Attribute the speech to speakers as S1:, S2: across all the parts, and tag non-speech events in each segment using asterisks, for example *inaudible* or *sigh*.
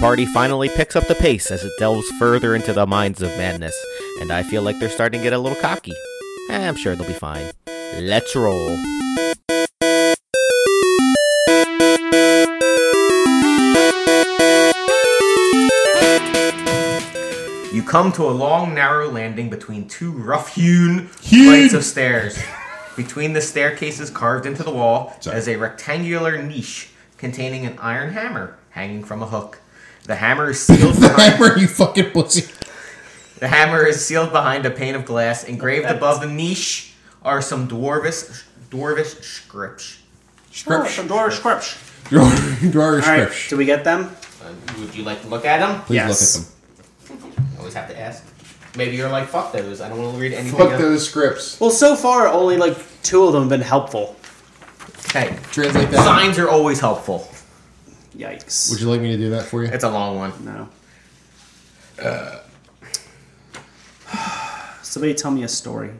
S1: party finally picks up the pace as it delves further into the mines of madness, and I feel like they're starting to get a little cocky. Eh, I'm sure they'll be fine. Let's roll. You come to a long, narrow landing between two rough hewn flights of stairs. Between the staircases carved into the wall
S2: Sorry.
S1: is a rectangular niche containing an iron hammer hanging from a hook. The hammer is
S2: *laughs*
S1: sealed
S2: *laughs* the
S1: behind,
S2: hammer, you fucking pussy.
S1: the hammer is sealed behind a pane of glass. Engraved above the niche are some dwarvish dwarvish scripts.
S3: Oh,
S2: Scripsh.
S3: some door scripts.
S2: Draw, draw your
S3: All right,
S2: scripsh.
S3: do we get them?
S1: Uh, would you like to look at them?
S2: Please
S3: Yes.
S2: look at them.
S1: Always have to ask. Maybe you're like fuck those. I don't want to read anything.
S2: Fuck
S1: else."
S2: those scripts.
S3: Well, so far only like two of them have been helpful.
S1: Hey,
S2: Translate that.
S1: signs are always helpful.
S3: Yikes.
S2: Would you like me to do that for you?
S1: It's a long one.
S3: no. *sighs* Somebody tell me a story.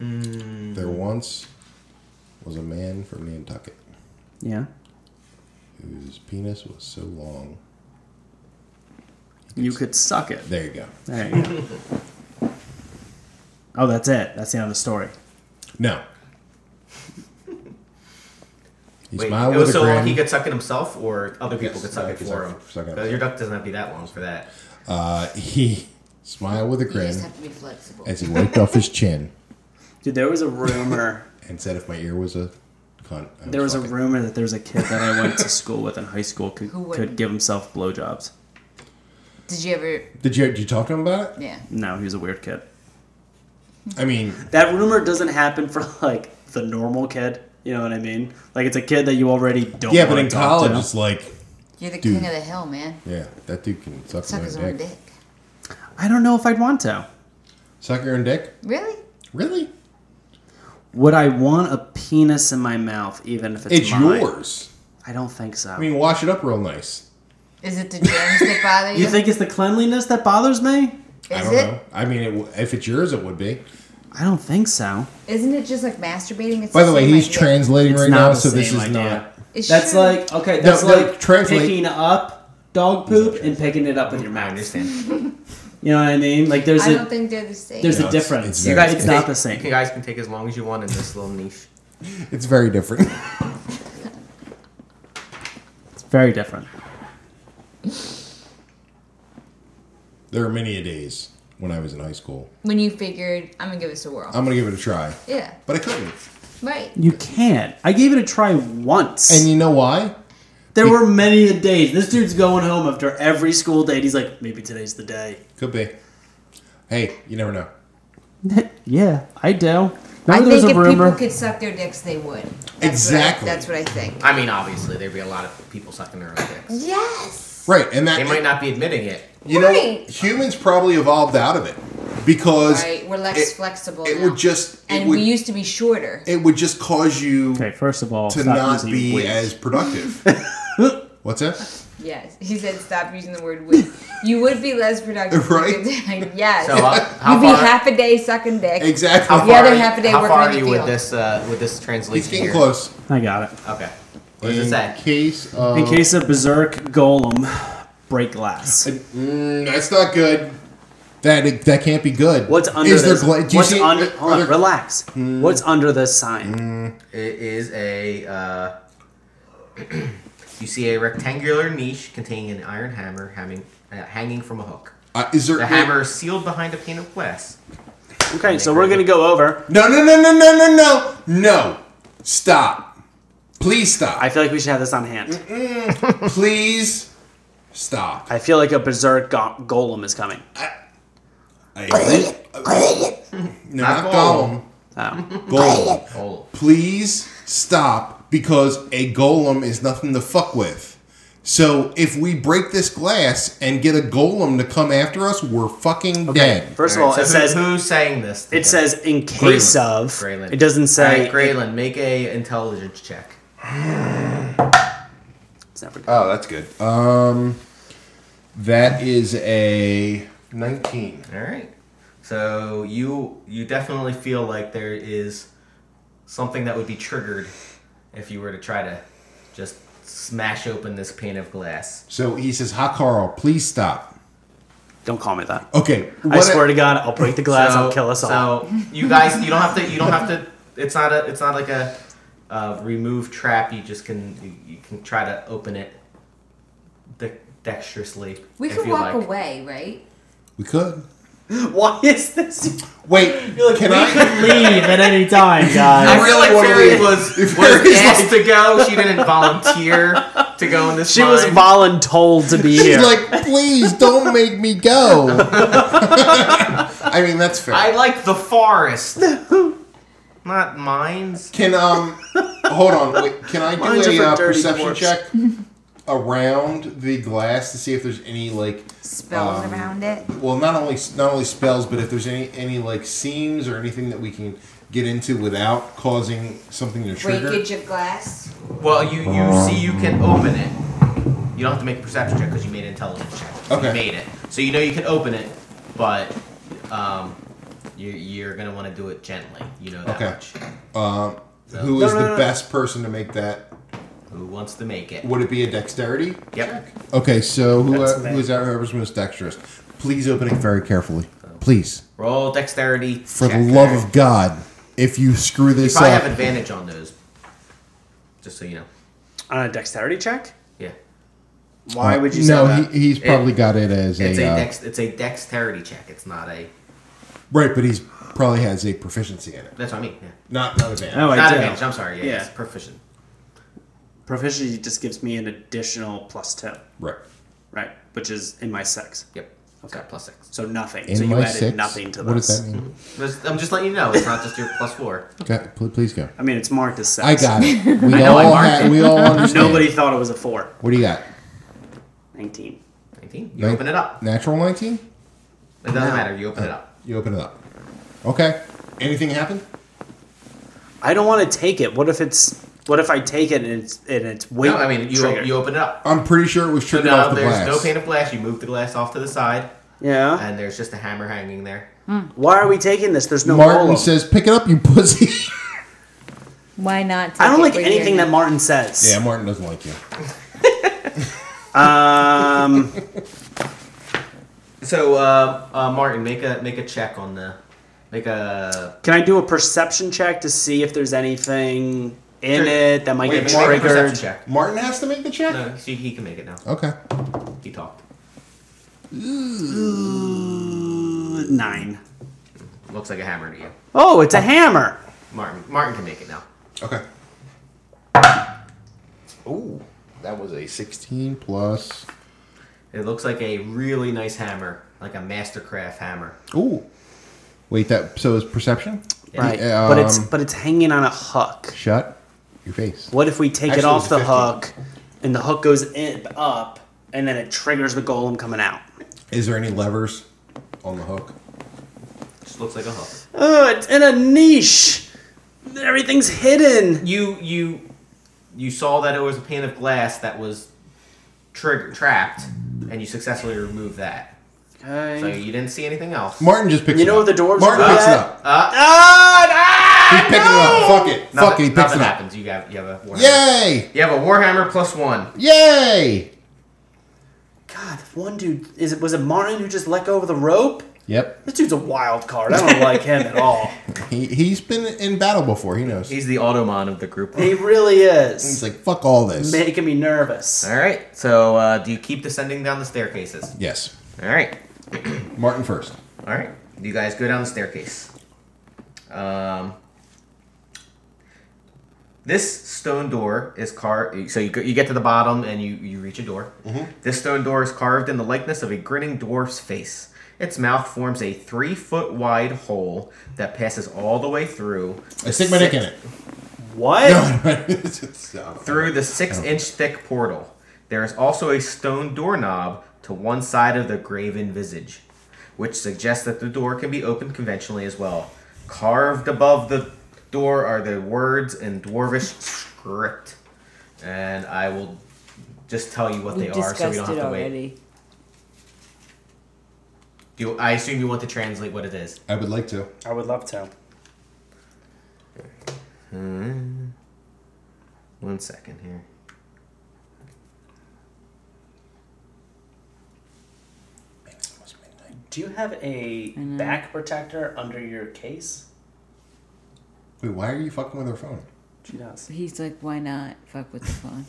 S2: There once was a man from Nantucket
S3: Yeah.
S2: whose penis was so long.
S3: You could suck it.
S2: There you go.
S3: There you go.
S2: *laughs*
S3: oh, that's it. That's the end of the story.
S2: No. He
S1: Wait,
S2: smiled
S1: it was
S2: with a
S1: so
S2: grin.
S1: long he could suck it himself, or other people
S2: Yes,
S1: could suck
S2: no,
S1: it
S2: he
S1: for
S2: could
S1: him.
S2: suck- suck it
S1: Because your duck doesn't have to be that long for that.
S2: uh, he *laughs* smiled with a
S4: You
S2: grin
S4: just have to be flexible.
S2: as he wiped off his chin
S3: Dude, there was
S2: *laughs*
S3: a rumor.
S2: and said, "If my ear was a cunt, I would
S3: there was a
S2: fuck it."
S3: rumor that there was a kid that I went to school with in high school could,
S4: Who wouldn't?
S3: could give himself blowjobs.
S4: Did you ever?
S2: Did you did you talk to him about it?
S4: Yeah.
S3: No, he was a weird kid.
S2: I mean,
S3: That rumor doesn't happen for *laughs* like the normal kid. You know what I mean? Like it's a kid that you already don't.
S2: yeah, but
S3: wanna
S2: in
S3: talk to.
S2: college, it's like,
S4: You're the
S2: Dude.
S4: king of the hill, man.
S2: yeah, that dude can suck,
S4: Suck
S2: my
S4: his
S2: own
S4: own
S2: dick.
S4: dick.
S3: I don't know if I'd want to.
S2: Suck your own dick?
S4: Really?
S2: Really?
S3: Would I want a penis in my mouth, even if it's,
S2: It's
S3: mine?
S2: yours.
S3: I don't think so.
S2: I mean, wash it up real nice.
S4: Is it the germs that bother you?
S3: you think it's the cleanliness that bothers me?
S4: Is
S2: I don't
S4: it?
S2: know. I mean, it, w- if it's yours, it would be.
S3: I don't think so.
S4: Isn't it just like masturbating? It's
S2: By the way,
S4: same
S2: he's
S4: idea.
S2: translating
S3: It's
S2: right
S3: not
S2: now,
S3: the
S2: so this
S3: same
S2: is
S3: idea.
S2: not.
S4: It's
S3: That's
S4: true.
S3: like okay,
S2: No,
S3: that's
S2: no,
S3: like
S2: translate.
S3: picking up dog poop and picking it up with your
S1: I
S2: *laughs*
S3: mouth.
S1: understand.
S3: You know what I mean? Like there's
S4: I don't
S3: a
S4: think they're the same.
S3: there's
S2: No,
S3: a
S2: it's-
S3: difference.
S2: it's
S3: you
S2: very
S3: guys, it's
S2: different.
S3: not the
S1: You can-
S3: same.
S1: guys can take as long as you want in this little niche.
S2: It's very different. *laughs*
S3: It's very different.
S2: there are many a days when I was in high school.
S4: when you figured, I'm gonna give this a whirl.
S2: I'm gonna give it a try,
S4: yeah.
S2: but I couldn't.
S4: Right.
S3: You can't. I gave it a try once.
S2: And you know why?
S3: There were many a days. This dude's going home after every school date. He's like, maybe today's
S2: *laughs*
S3: the day.
S2: Could be. Hey, you never know.
S3: yeah, I do.
S4: I
S3: Now
S4: think
S3: there's
S4: if
S3: a rumor.
S4: people could suck their dicks, they would. That's what I-
S2: Exactly.
S4: that's what I think.
S1: I mean, obviously, there'd be a lot of people sucking their own dicks.
S4: Yes.
S2: Right, and that
S1: They might not be admitting it.
S2: you know
S4: Right.
S2: humans probably evolved out of it because
S4: Right. We're less
S2: it,
S4: flexible.
S2: it
S4: now.
S2: would just it
S4: And
S2: would
S4: we used to be shorter.
S2: it would just cause you
S3: okay, first of all,
S2: to
S3: stop
S2: not
S3: using
S2: be
S3: wigs.
S2: as productive.
S3: *laughs*
S2: What's that?
S4: yes. He said, "Stop using the word we." you would be
S2: *laughs*
S4: less productive.
S2: Right.
S4: *laughs* yes.
S1: So, uh, how
S4: You'd be
S1: far?
S4: half a day sucking dick.
S2: Exactly.
S1: how
S4: The
S1: far
S4: other
S1: are you-
S4: half a day
S1: how
S4: working
S1: far
S4: in
S1: are
S4: the
S1: you with
S4: field.
S1: this uh, with this translation?
S2: He's getting
S1: here?
S2: close.
S3: I got it.
S1: Okay. What does
S2: in
S1: it say?
S2: case of
S3: In case of berserk golem, break glass.
S2: Mm, that's not good. That that can't be good.
S3: What's under
S2: Is there
S3: this?
S2: gla- do you
S3: what's
S2: see- Hmm.
S3: under?
S2: are
S3: Hold on,
S2: there-
S3: relax. What's under this sign?
S1: It is a. Uh, *clears throat* you see a rectangular niche containing an iron hammer hanging, uh, hanging from a hook.
S2: Uh, is there
S1: The hammer is sealed behind a pane of glass.
S2: Hmm.
S3: Okay, so we're gonna go over.
S2: No, no, no, no, no, no, no, no! Stop! Please stop!
S3: I feel like we should have this on hand.
S2: Please stop!
S3: I feel like a berserk go- golem is coming.
S2: I- no, not
S1: Golem.
S2: golem. *laughs*
S3: Oh.
S2: Golem.
S1: Oh,
S2: Please stop because a golem is nothing to fuck with. So if we break this glass and get a golem to come after us, we're fucking dead.
S3: First of all,
S1: Alright, so
S3: it
S1: who-
S3: says
S1: who's saying this?
S3: it says in
S1: Grayland.
S3: case of.
S1: Grayland.
S3: It doesn't say.
S1: Alright, Graylin, make a intelligence check.
S3: It's never good.
S2: Oh, that's good. Um, that is a nineteen.
S1: All right. So you you definitely feel like there is something that would be triggered if you were to try to just smash open this pane of glass.
S2: So he says, "Hi, Carl. Please stop."
S3: Don't call me that.
S2: Okay.
S3: I swear to God, I'll break the glass. I'll kill us all. *laughs*
S1: So you guys, you don't have to. You don't have to. It's not a. It's not like a uh, remove trap. You just can. You, you can try to open it de- dexterously.
S4: We
S1: if
S4: could
S1: you like.
S4: walk away, right?
S2: we could.
S3: Why is this?
S2: Wait. can
S1: "We
S2: I?
S3: Leave at any time, guys.
S1: I feel
S2: really
S1: like
S2: wanna
S1: Fairy
S2: leave.
S1: was,
S2: If
S1: was
S2: Fairy's
S1: asked to go. She didn't volunteer to go in this.
S3: She was
S1: mine.
S3: voluntold to be
S2: She's
S3: here.
S2: like, please don't make me go. *laughs* I mean, that's fair.
S1: I like the forest, not mines.
S2: can um, hold on. Wait, can I do
S3: Mine's
S2: a
S3: a
S2: uh,
S3: dirty
S2: perception
S3: corpse.
S2: check around the glass to see if there's any like,
S4: Spells
S2: Um,
S4: around it.
S2: well, not only not only spells, but if there's any any like seams or anything that we can get into without causing something to trigger.
S4: Breakage of glass.
S1: Well, you you
S2: Uh-huh.
S1: see, you can open it. You don't have to make a perception check because you made an intelligence check.
S2: Okay.
S1: You made it, so you know you can open it, but um, you, you're gonna want to do it gently. You know that
S2: Okay.
S1: much.
S2: Um, who is
S3: No, no,
S2: the
S3: no, no.
S2: best person to make that?
S1: Who wants to make it?
S2: Would it be a dexterity?
S1: Yep.
S2: Okay, so who
S3: That's
S2: uh,
S3: me.
S2: who is that? Whoever's most dexterous, please open it very carefully, please.
S1: Roll dexterity.
S2: For
S1: check.
S2: the love of God, if you screw
S1: You
S2: this uh,
S1: probably
S2: up,
S1: have advantage on those. Just so you know.
S3: On a Uh, dexterity check?
S1: Yeah.
S3: Why would you say
S2: No,
S3: that?
S2: he, he's probably got it as
S1: It's
S2: a,
S1: a
S2: uh,
S1: dex. It's a dexterity check. It's not a.
S2: right, but he's probably has a proficiency in it.
S1: That's what I mean. Yeah.
S2: Not not advantage.
S3: No, Oh, I
S1: not
S3: do.
S1: advantage. I'm sorry. Yeah.
S3: Yeah.
S1: It's proficient.
S3: Proficiency just gives me an additional plus two,
S2: Right.
S3: right? Which is in my six.
S1: Yep. It's got plus six.
S3: So nothing.
S2: In
S3: so you
S2: my
S3: added
S2: six.
S3: nothing to Hmm. this.
S2: what does that mean?
S1: Just- I'm just letting you know. It's not just your plus four.
S2: Okay, pl- please go.
S3: I mean, it's marked as six.
S2: I got
S3: *laughs*
S2: it. We
S1: know I
S2: all
S1: marked
S2: had,
S1: it.
S2: we all understand.
S3: Nobody thought it was a four.
S2: What do you got?
S3: 19.
S1: 19. You
S2: Nin-
S1: open it up.
S2: Natural nineteen.
S1: It doesn't matter. You open
S2: Uh,
S1: it up.
S2: You open it up. Okay. Anything happen?
S3: I don't want to take it. What if it's. What if I take it and it's and it's weight?
S1: No, I mean you
S3: triggered?
S1: you open it up.
S2: I'm pretty sure it was
S1: So
S2: triggered
S1: now
S2: off the
S1: there's
S2: glass.
S1: no pane of glass. You move the glass off to the side,
S3: yeah.
S1: and there's just a hammer hanging there.
S3: Why are we taking this? There's no
S2: Martin
S3: roll-up.
S2: says, "Pick it up, you pussy."
S4: Why not? Take
S3: I don't
S4: it
S3: like
S4: with
S3: anything
S4: your-
S3: that Martin says.
S2: yeah, Martin doesn't like you. *laughs*
S3: Um,
S1: So uh, uh, Martin, make a make a check on the make a
S3: can I do a perception check to see if there's anything in
S1: Sure.
S3: it that might
S1: make
S3: get
S1: a perception
S3: triggered?
S1: check.
S2: Martin has to make the check.
S1: No, see, he can make it now.
S2: Okay.
S1: He talked.
S3: Ooh, Nine.
S1: Looks like a hammer to you,
S3: Oh, it's a hammer.
S1: Martin. Martin can make it now.
S2: Okay. Ooh, that was a 16 plus.
S1: It looks like a really nice hammer, like a Mastercraft hammer.
S2: Ooh. Wait, that so is perception?
S3: Right.
S2: Yeah,
S3: but it's
S2: um,
S3: but it's hanging on a hook.
S2: Shut your face.
S3: What if we take it
S2: Actually,
S3: off
S2: it
S3: the
S2: was a
S3: hook and the hook goes in, up and then it triggers the golem coming out?
S2: Is there any levers on the hook?
S1: Just looks like a hook.
S3: Oh, it's in a niche. Everything's hidden.
S1: You you you saw that it was a pane of glass that was trigger trapped, and you successfully removed that. So
S3: Okay.
S1: you didn't see anything else.
S2: Martin just picks
S3: You
S2: it
S3: know
S2: up.
S3: the dwarves
S2: Martin
S3: do
S2: picks it
S3: that?
S2: up.
S1: Uh, ah,
S2: He's picking Ah, it up. Fuck it. Fuck it. He
S1: nothing
S2: picks
S1: nothing
S2: it up.
S1: happens. You have you have a warhammer.
S2: Yay!
S1: You have a warhammer plus one.
S2: Yay!
S3: God, one dude is it was it Martin who just let go of the rope?
S2: Yep.
S3: This dude's a wild card. I don't like
S2: *laughs*
S3: him at all.
S2: He, he's been in battle before. He knows.
S1: He's the automon of the group.
S3: He really
S2: He's
S3: is.
S2: like, fuck all this.
S3: Making me nervous.
S1: All right. So uh, do you keep descending down the staircases?
S2: Yes.
S1: All right.
S2: Martin first.
S1: All right, you guys go down the staircase. Um, this stone door is carved. So you go, you get to the bottom and you you reach a door. This stone door is carved in the likeness of a grinning dwarf's face. Its mouth forms a three foot wide hole that passes all the way through.
S2: I stick my dick in it.
S3: What?
S2: *laughs* uh,
S1: through the six inch thick portal. There is also a stone doorknob to one side of the graven visage, which suggests that the door can be opened conventionally as well. Carved above the door are the words in dwarvish script. And I will just tell you what
S4: We
S1: they are so we don't
S4: discussed
S1: have
S4: it
S1: to wait.
S4: already.
S1: Do you, I assume you want to translate what it is.
S2: I would like to.
S3: I would love to.
S1: One second here.
S3: Do you have a back protector under your case?
S2: Wait, why are you fucking with her phone?
S3: She does.
S4: He's like, why not fuck with the phone?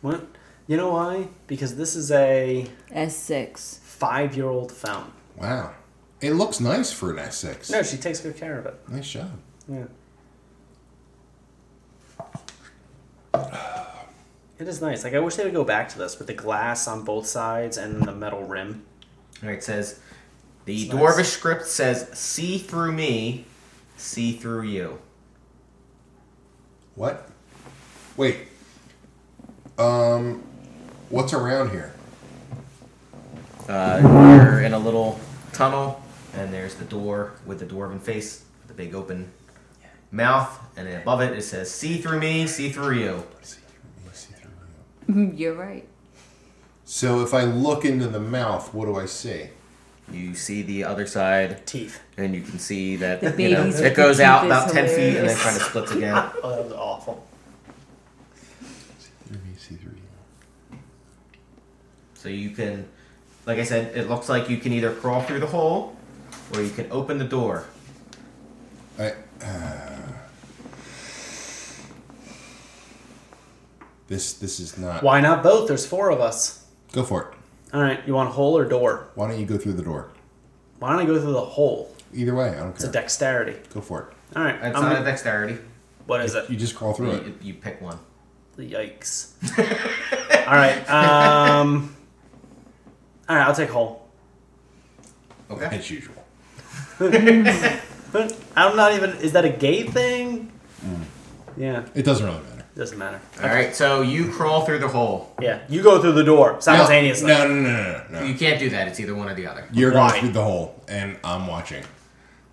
S3: What? You know why? Because this is a
S4: S6.
S3: five-year-old phone.
S2: Wow. It looks nice for an S6.
S3: No, she takes good care of it.
S2: Nice job.
S3: Yeah. It is nice. Like I wish they would go back to this with the glass on both sides and the metal rim.
S1: All right, it says the
S3: It's
S1: dwarvish
S3: nice.
S1: script says "see through me, see through you."
S2: What? Wait. Um, what's around here?
S1: Uh, you're in a little tunnel, and there's the door with the dwarven face, the big open mouth, and then above it it says "see through me, see through you."
S4: *laughs* You're right.
S2: So if I look into the mouth, what do I see?
S1: You see the other side,
S3: Teeth.
S1: and you can see that
S4: The
S1: you know,
S4: babies
S1: it goes
S4: with the
S1: out
S4: teeth is
S1: about ten feet and then
S4: hilarious.
S1: kind of splits
S4: *laughs*
S1: again.
S3: Oh, that was awful.
S1: So you can, like I said, it looks like you can either crawl through the hole, or you can open the door.
S2: I, uh, this this is not.
S3: Why not both? There's four of us.
S2: Go for it.
S3: All right, you want hole or door?
S2: Why don't you go through the door?
S3: Why don't I go through the hole?
S2: Either way, I don't
S3: It's a
S2: care.
S3: dexterity.
S2: go for
S3: All right, I'm
S1: It's not a
S3: gonna-
S1: dexterity.
S3: what is
S2: it. You
S3: it?
S2: just crawl through it.
S1: You, you pick one.
S3: Yikes! all right, um, all right, I'll take hole.
S1: Okay.
S2: As usual.
S3: But I'm not even. Is that a gay thing?
S1: Mm.
S3: Yeah,
S2: It doesn't really matter.
S3: doesn't matter.
S1: All right. So you crawl through the hole.
S3: Yeah, you go through the door simultaneously.
S2: No, no, no, no, no. no.
S1: You can't do that. It's either one or the other.
S2: You're
S3: Why?
S2: going through the hole, and I'm watching.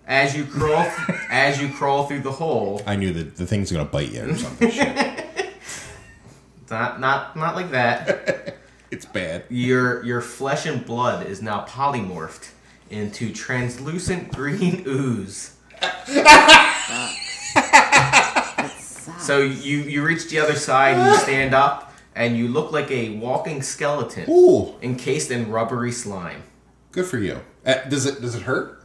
S1: As you crawl,
S3: *laughs*
S1: as you crawl through the hole,
S2: I knew that the thing's gonna bite you or something.
S3: *laughs*
S2: Shit.
S1: it's not not not like that.
S2: It's bad.
S1: Your your flesh and blood is now polymorphed into translucent green *laughs* ooze. so you you reach the other side. You stand up and you look like a walking skeleton
S2: Ooh,
S1: encased in rubbery slime.
S2: good for you. Uh, does it does it hurt?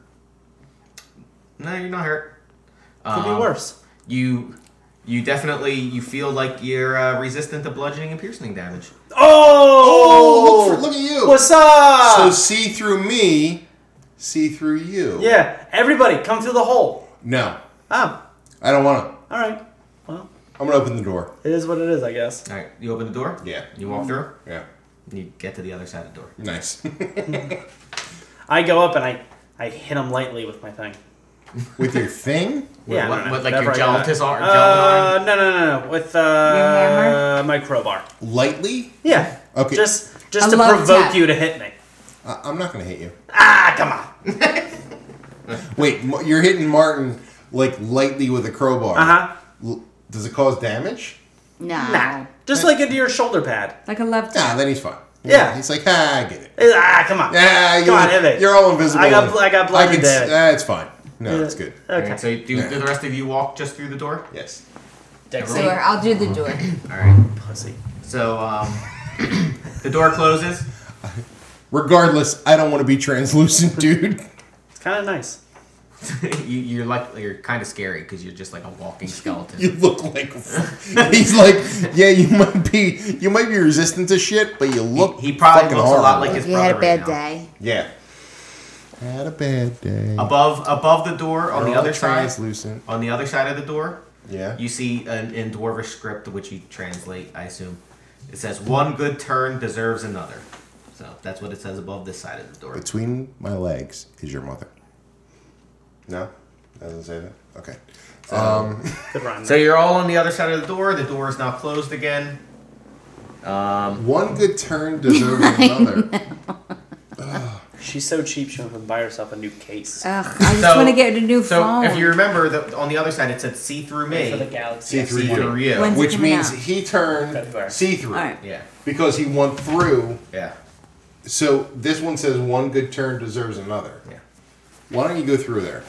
S1: No, you're not hurt.
S3: Could be
S2: Uh-huh.
S1: Um,
S3: worse.
S1: You you definitely you feel like you're uh, resistant to bludgeoning and piercing damage.
S3: Oh,
S2: Oh, look, for, look at you.
S3: what's up?
S2: so see through me, see through you.
S3: yeah, everybody, come through the hole.
S2: No,
S3: Ah,
S2: I don't want to.
S3: all right. Well,
S2: I'm gonna open the door.
S3: it is what it is, I guess.
S1: All right, you open the door.
S2: Yeah.
S1: You walk through.
S2: Yeah.
S1: and You get to the other side of the door.
S2: Nice. *laughs*
S3: I go up and I, I hit him lightly with my thing.
S2: With your thing?
S3: yeah, I
S1: what-
S3: don't know.
S1: what, like
S3: Whatever
S1: your
S3: I got.
S1: gelatin ar-
S3: Uh, no, no, no, no. With uh,
S4: hammer?
S3: my crowbar.
S2: Lightly?
S3: Yeah.
S2: Okay.
S3: Just,
S4: I
S3: just to
S4: love
S3: provoke
S4: tap.
S3: you to hit me.
S2: I- I'm not gonna hit you.
S3: Ah, come on.
S2: Wait, Ma- you're hitting Martin like lightly with a crowbar.
S3: Uh huh.
S2: L- does it cause damage?
S4: No.
S3: Nah. Just like into your shoulder pad.
S4: Like a left
S2: Nah,
S4: tap.
S2: then he's fine.
S3: Yeah.
S2: He's like, ah, I get it.
S3: Eh, Ah, come on.
S2: Yeah,
S3: Come
S2: you're,
S3: on, hit it.
S2: you're all invisible.
S3: I got- I got
S2: I can,
S3: blinded
S2: s-
S3: there.
S2: ah, it's fine. No, it's good.
S1: All
S3: Okay.
S1: right, so do, do the rest of you walk just through the door?
S2: Yes.
S4: So
S1: Everyone?
S4: I'll do the
S1: *laughs*
S4: door.
S1: All right.
S3: Pussy.
S1: So um, the door closes. *laughs*
S2: Regardless, I don't want to be translucent, *laughs* dude.
S3: It's kind of nice.
S1: you, you're like you're kind of scary because you're just like a walking skeleton.
S2: you look like *laughs* he's like, yeah, you might be, you might be resistant to shit, but you
S1: he,
S2: look.
S1: he probably
S2: fucking
S1: looks a lot
S2: horrible.
S1: like his
S4: You had
S1: brother
S4: a bad
S1: right now.
S4: day.
S2: Yeah. Had a bad day.
S1: Above above the door on the
S2: All
S1: other side.
S2: translucent.
S1: On the other side of the door,
S2: Yeah.
S1: You see an, in Dwarvish script, which you translate, I assume. It says, one good turn deserves another. So that's what it says above this side of the door.
S2: Between my legs is your mother. No, doesn't say that. Okay.
S3: Good rhyme.
S1: So you're all on the other side of the door. The door is now closed again. Um,
S2: One good turn deserves another.
S3: She's so cheap, she went and buy herself a new case.
S4: Ugh, I just want to get a new
S1: so
S4: phone.
S1: if you remember, the, on the other side it said see through
S3: For the
S1: me,
S3: galaxy.
S2: See through
S1: see through you.
S4: When's it
S2: Which
S4: coming
S2: means
S4: out?
S2: he turned
S3: February.
S2: see through
S4: All right.
S1: Yeah,
S2: because he went through.
S1: yeah,
S2: So this one says one good turn deserves another.
S1: yeah.
S2: Why don't you go through there?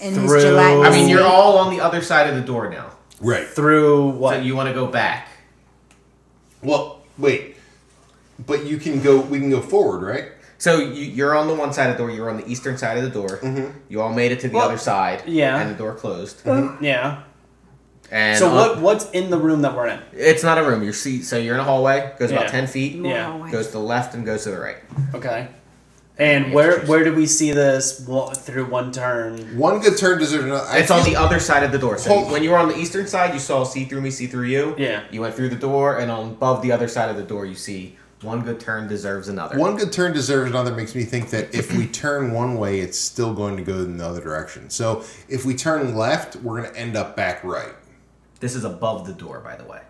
S4: in
S3: Through-
S4: his gelatinous
S1: I mean, you're
S4: state.
S1: all on the other side of the door now.
S2: Right.
S3: Through what?
S1: So you want to go back.
S2: Well, wait. But you can go. We can go forward, right?
S1: So you, you're on the one side of the door. You're on the eastern side of the door.
S3: Mm-hmm.
S1: You all made it to the
S3: Well,
S1: other side.
S3: yeah. Uh-huh.
S1: And the door closed.
S3: Yeah.
S1: And
S3: So
S1: on-
S3: what what's in the room that we're in?
S1: It's not a room. You're see. So you're in a hallway. Goes
S3: Yeah.
S1: about ten feet.
S3: Yeah.
S1: Goes to the left and goes to the right.
S3: Okay. And where where do we see this wa- through one turn?
S2: One good turn deserves another. I
S1: It's on
S2: feel-
S1: the other side of the door. So
S2: Hold-
S1: when you were on the eastern side, you saw see through me, see through you.
S3: Yeah.
S1: You went through the door, and on above the other side of the door, you see one good turn deserves another.
S2: One good turn deserves another makes me think that if we turn one way, it's still going to go in the other direction. So if we turn left, we're going to end up back right.
S1: This is above the door, by the way.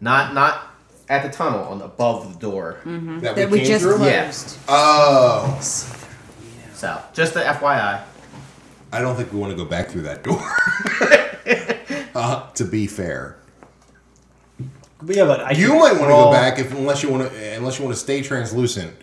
S1: Not not at the tunnel. On above the door.
S4: Mm-hmm. That we
S2: came
S4: just
S2: through?
S4: closed.
S1: Yeah.
S2: Oh,
S1: So just the FYI.
S2: I don't think we want to go back
S1: *laughs*
S2: through that door. *laughs* uh, to be fair,
S3: We have an I
S2: you
S3: can
S2: might want to
S3: roll-
S2: go back if unless you want to unless you want to stay translucent,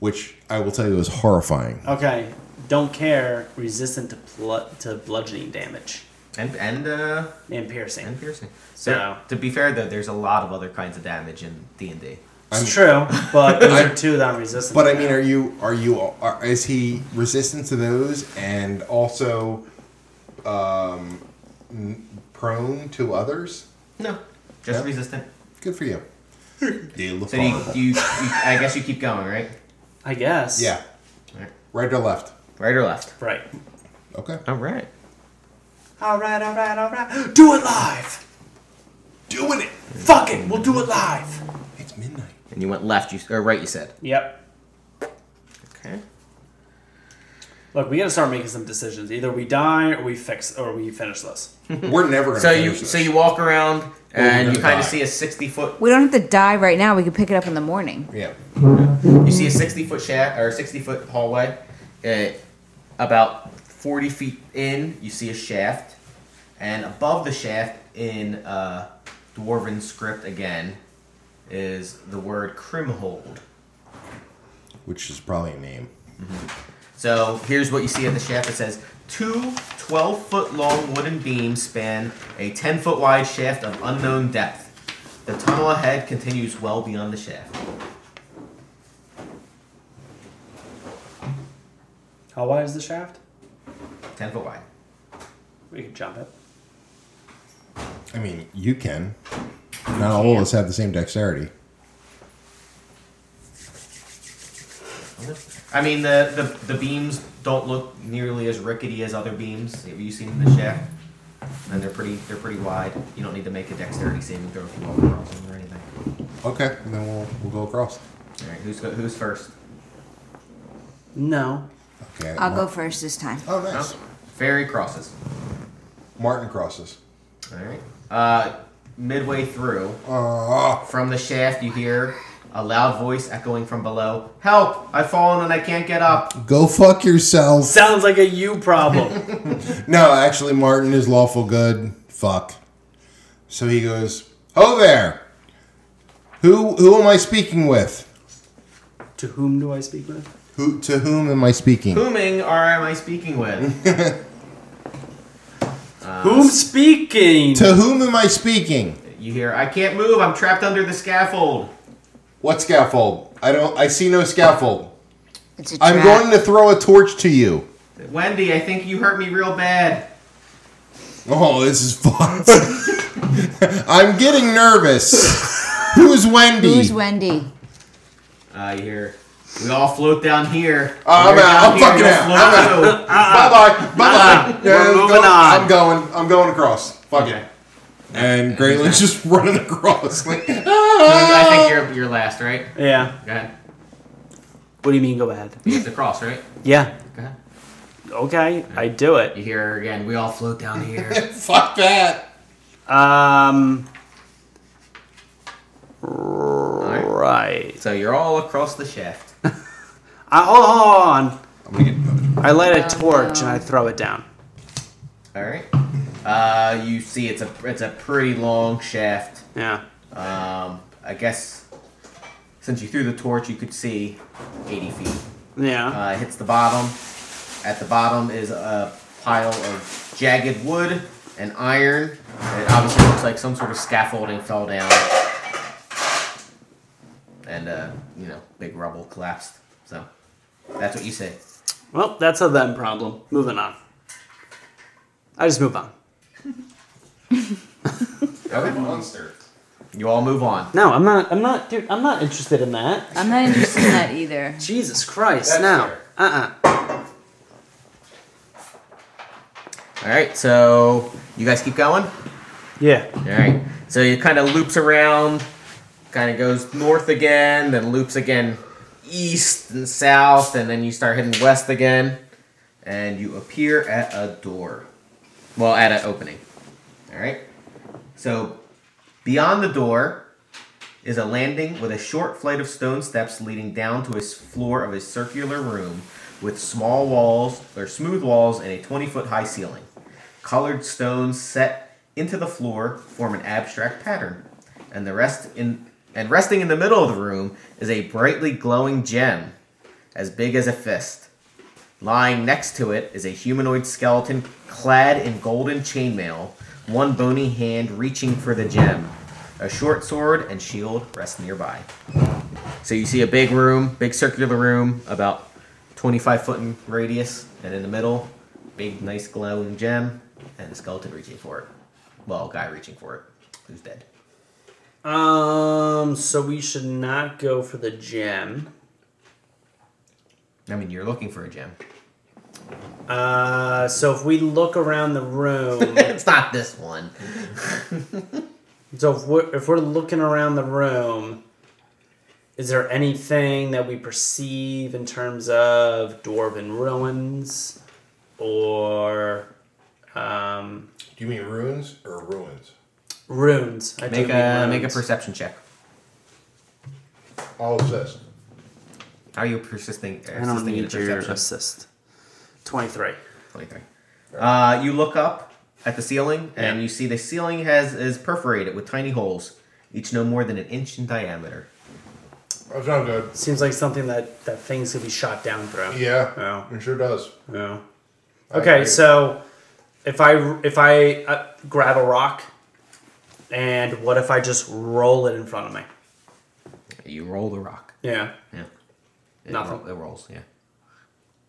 S2: which I will tell you is horrifying.
S1: Uh,
S3: Okay. Don't care. Resistant to pl- to bludgeoning damage
S1: And and uh
S3: and piercing.
S1: and piercing.
S3: So-
S1: There- to be fair though, there's a lot of other kinds of damage in D and D.
S2: I'm-
S3: it's true,
S2: *laughs*
S3: but those
S2: I-
S3: are two that I'm resistant.
S2: But I
S3: to.
S2: mean, are you are you are, is he resistant to those and also um, n- prone to others?
S1: No, just
S2: Yeah.
S1: resistant.
S2: Good for
S1: *laughs*
S2: you. You look
S1: So you,
S2: horrible.
S1: you, you, I guess you keep going, right?
S3: I guess.
S2: yeah, right or left?
S1: Right or left?
S3: Right.
S2: Okay,
S1: All right.
S3: All right. All right. All right. Do it live.
S2: doing it.
S3: Fuck it. We'll do it live.
S2: It's midnight.
S1: And you went left, you or right? You said.
S3: Yep.
S1: Okay.
S3: Look, we gotta start making some decisions. Either we die, or we fix, or we finish this.
S2: We're never gonna.
S1: So you
S2: finish this.
S1: so you walk around
S2: we're
S1: and you
S2: gonna
S1: kind
S2: die.
S1: of see a sixty foot
S4: We don't have to die right now. We could pick it up in the morning.
S2: yeah.
S1: you see a sixty foot shaft or sixty foot hallway. Uh, about forty feet in, you see a shaft, and above the shaft in uh, dwarven script again is the word Crimhold.
S2: Which is probably a name.
S1: So here's what you see at the shaft. It says two 12 foot long wooden beams span a 10 foot wide shaft of unknown depth. The tunnel ahead continues well beyond the shaft.
S3: How wide is the shaft?
S1: 10 foot wide.
S3: We can jump it.
S2: I mean, you can. Not all of us have the same dexterity.
S1: I mean, the, the, the beams don't look nearly as rickety as other beams that you've seen in the shaft. And they're pretty they're pretty wide. You don't need to make a dexterity saving throw if you walk across them or anything.
S2: Okay, and then we'll we'll go across.
S1: All right, who's go, who's first?
S3: No.
S2: Okay.
S4: I'll go
S2: Mar-
S4: first this time.
S2: Oh, nice.
S1: Fairy crosses.
S2: Martin crosses.
S1: All right. Uh, midway through,
S2: Uh,
S1: From the shaft, you hear a loud voice echoing from below Help! I've fallen and I can't get up.
S2: go fuck yourself.
S3: Sounds like a you *laughs* problem.
S2: No, actually, Martin is lawful good. Fuck. So he goes, "Ho there! Who who am I speaking with?
S3: to whom do I speak with?
S2: Who to whom am I speaking?
S1: Whoming or am I speaking with?
S3: whom speaking?
S2: To whom am I speaking?
S1: you hear, I can't move, I'm trapped under the scaffold.
S2: What scaffold? I don't. I see no scaffold.
S4: It's a trap.
S2: I'm going to throw a torch to you.
S1: Wendy, I think you hurt me real bad.
S2: Oh, this is fun. *laughs* I'm getting nervous. Who's Wendy?
S4: Who's Wendy?
S1: Uh, you hear, we all float down here.
S2: Oh, I'm
S1: You're
S2: out.
S1: down
S2: I'm
S1: here,
S2: fucking
S1: you'll
S2: out.
S1: float too."
S2: bye bye. Bye bye.
S3: Ah, We're moving on.
S2: I'm going. I'm going across.
S1: *laughs*
S2: Fuck
S1: Okay.
S2: it. And Graylin's just running across. Like, *laughs*
S1: I think you're, you're last, right?
S3: Yeah.
S1: Go ahead.
S3: What do you mean? Go ahead.
S1: You have to cross, right?
S3: Yeah.
S1: Go ahead.
S3: Okay. I do
S1: You
S3: it.
S1: hear again, we all float down here.
S2: *laughs* Fuck that.
S3: Um.
S1: right.
S3: Right.
S1: so you're all across the shaft.
S3: I, hold on.
S2: I'm gonna get.
S3: I light a torch and I throw it down.
S1: All right. Uh, you see, it's a it's a pretty long shaft.
S3: Yeah.
S1: Um, I guess since you threw the torch, you could see 80 feet.
S3: Yeah.
S1: Uh, it hits the bottom. At the bottom is a pile of jagged wood and iron. It obviously looks like some sort of scaffolding fell down, and uh, you know, big rubble collapsed. So That's what you say.
S5: Well, that's a them problem. Moving on. I just move on.
S1: Okay.
S2: Monster.
S1: You all move on.
S5: No, I'm not. I'm not, dude. I'm not interested in that.
S4: I'm not interested in that
S2: *laughs*
S4: either.
S5: Jesus Christ!
S2: That's
S5: now,
S2: fair.
S5: uh, uh
S1: All right, so you guys keep going. All
S3: Yeah.
S1: right, so it kind of loops around, kind of goes north again, then loops again east and south, and then you start heading west again, and you appear at a door. Well, at an opening. All right. So beyond the door is a landing with a short flight of stone steps leading down to a s- floor of a circular room with small walls or smooth walls and a 20 foot high ceiling. Colored stones set into the floor form an abstract pattern, and the rest in and resting in the middle of the room is a brightly glowing gem as big as a fist. Lying next to it is a humanoid skeleton clad in golden chainmail, one bony hand reaching for the gem. A short sword and shield rest nearby. So you see a big room, big circular room, about 25 foot in radius, and in the middle, big, nice glowing gem, and a skeleton reaching for it. Well, guy reaching for it, who's dead.
S5: uh Um. So we should not go for the gem.
S1: I mean, you're looking for a gem.
S3: Uh, so if we look around the
S1: *laughs*
S3: room,
S1: it's not this one.
S3: so if we're, if we're looking around the room, is there anything that we perceive in terms of dwarven ruins or um,
S2: Do you mean ruins or ruins?
S3: runes? I do
S1: Make
S3: mean
S1: a, make a
S3: runes.
S1: perception check.
S2: All assessed.
S1: How are you persisting?
S5: I don't
S1: assisting in
S5: need your
S1: perception?
S5: assist. Twenty-three.
S1: 23. Uh, you look up at the ceiling, and you see the ceiling has is perforated with tiny holes, each no more than an inch in diameter.
S2: That sounds good.
S3: Seems like something that that things could be shot down through.
S2: Yeah.
S3: Yeah.
S2: It sure does.
S3: Yeah.
S2: I
S3: Okay,
S2: agree.
S3: so if I if I uh, grab a rock, and what if I just roll it in front of me?
S1: You roll the rock.
S3: Yeah.
S1: Yeah. It
S3: Nothing.
S1: ro- it rolls. Yeah.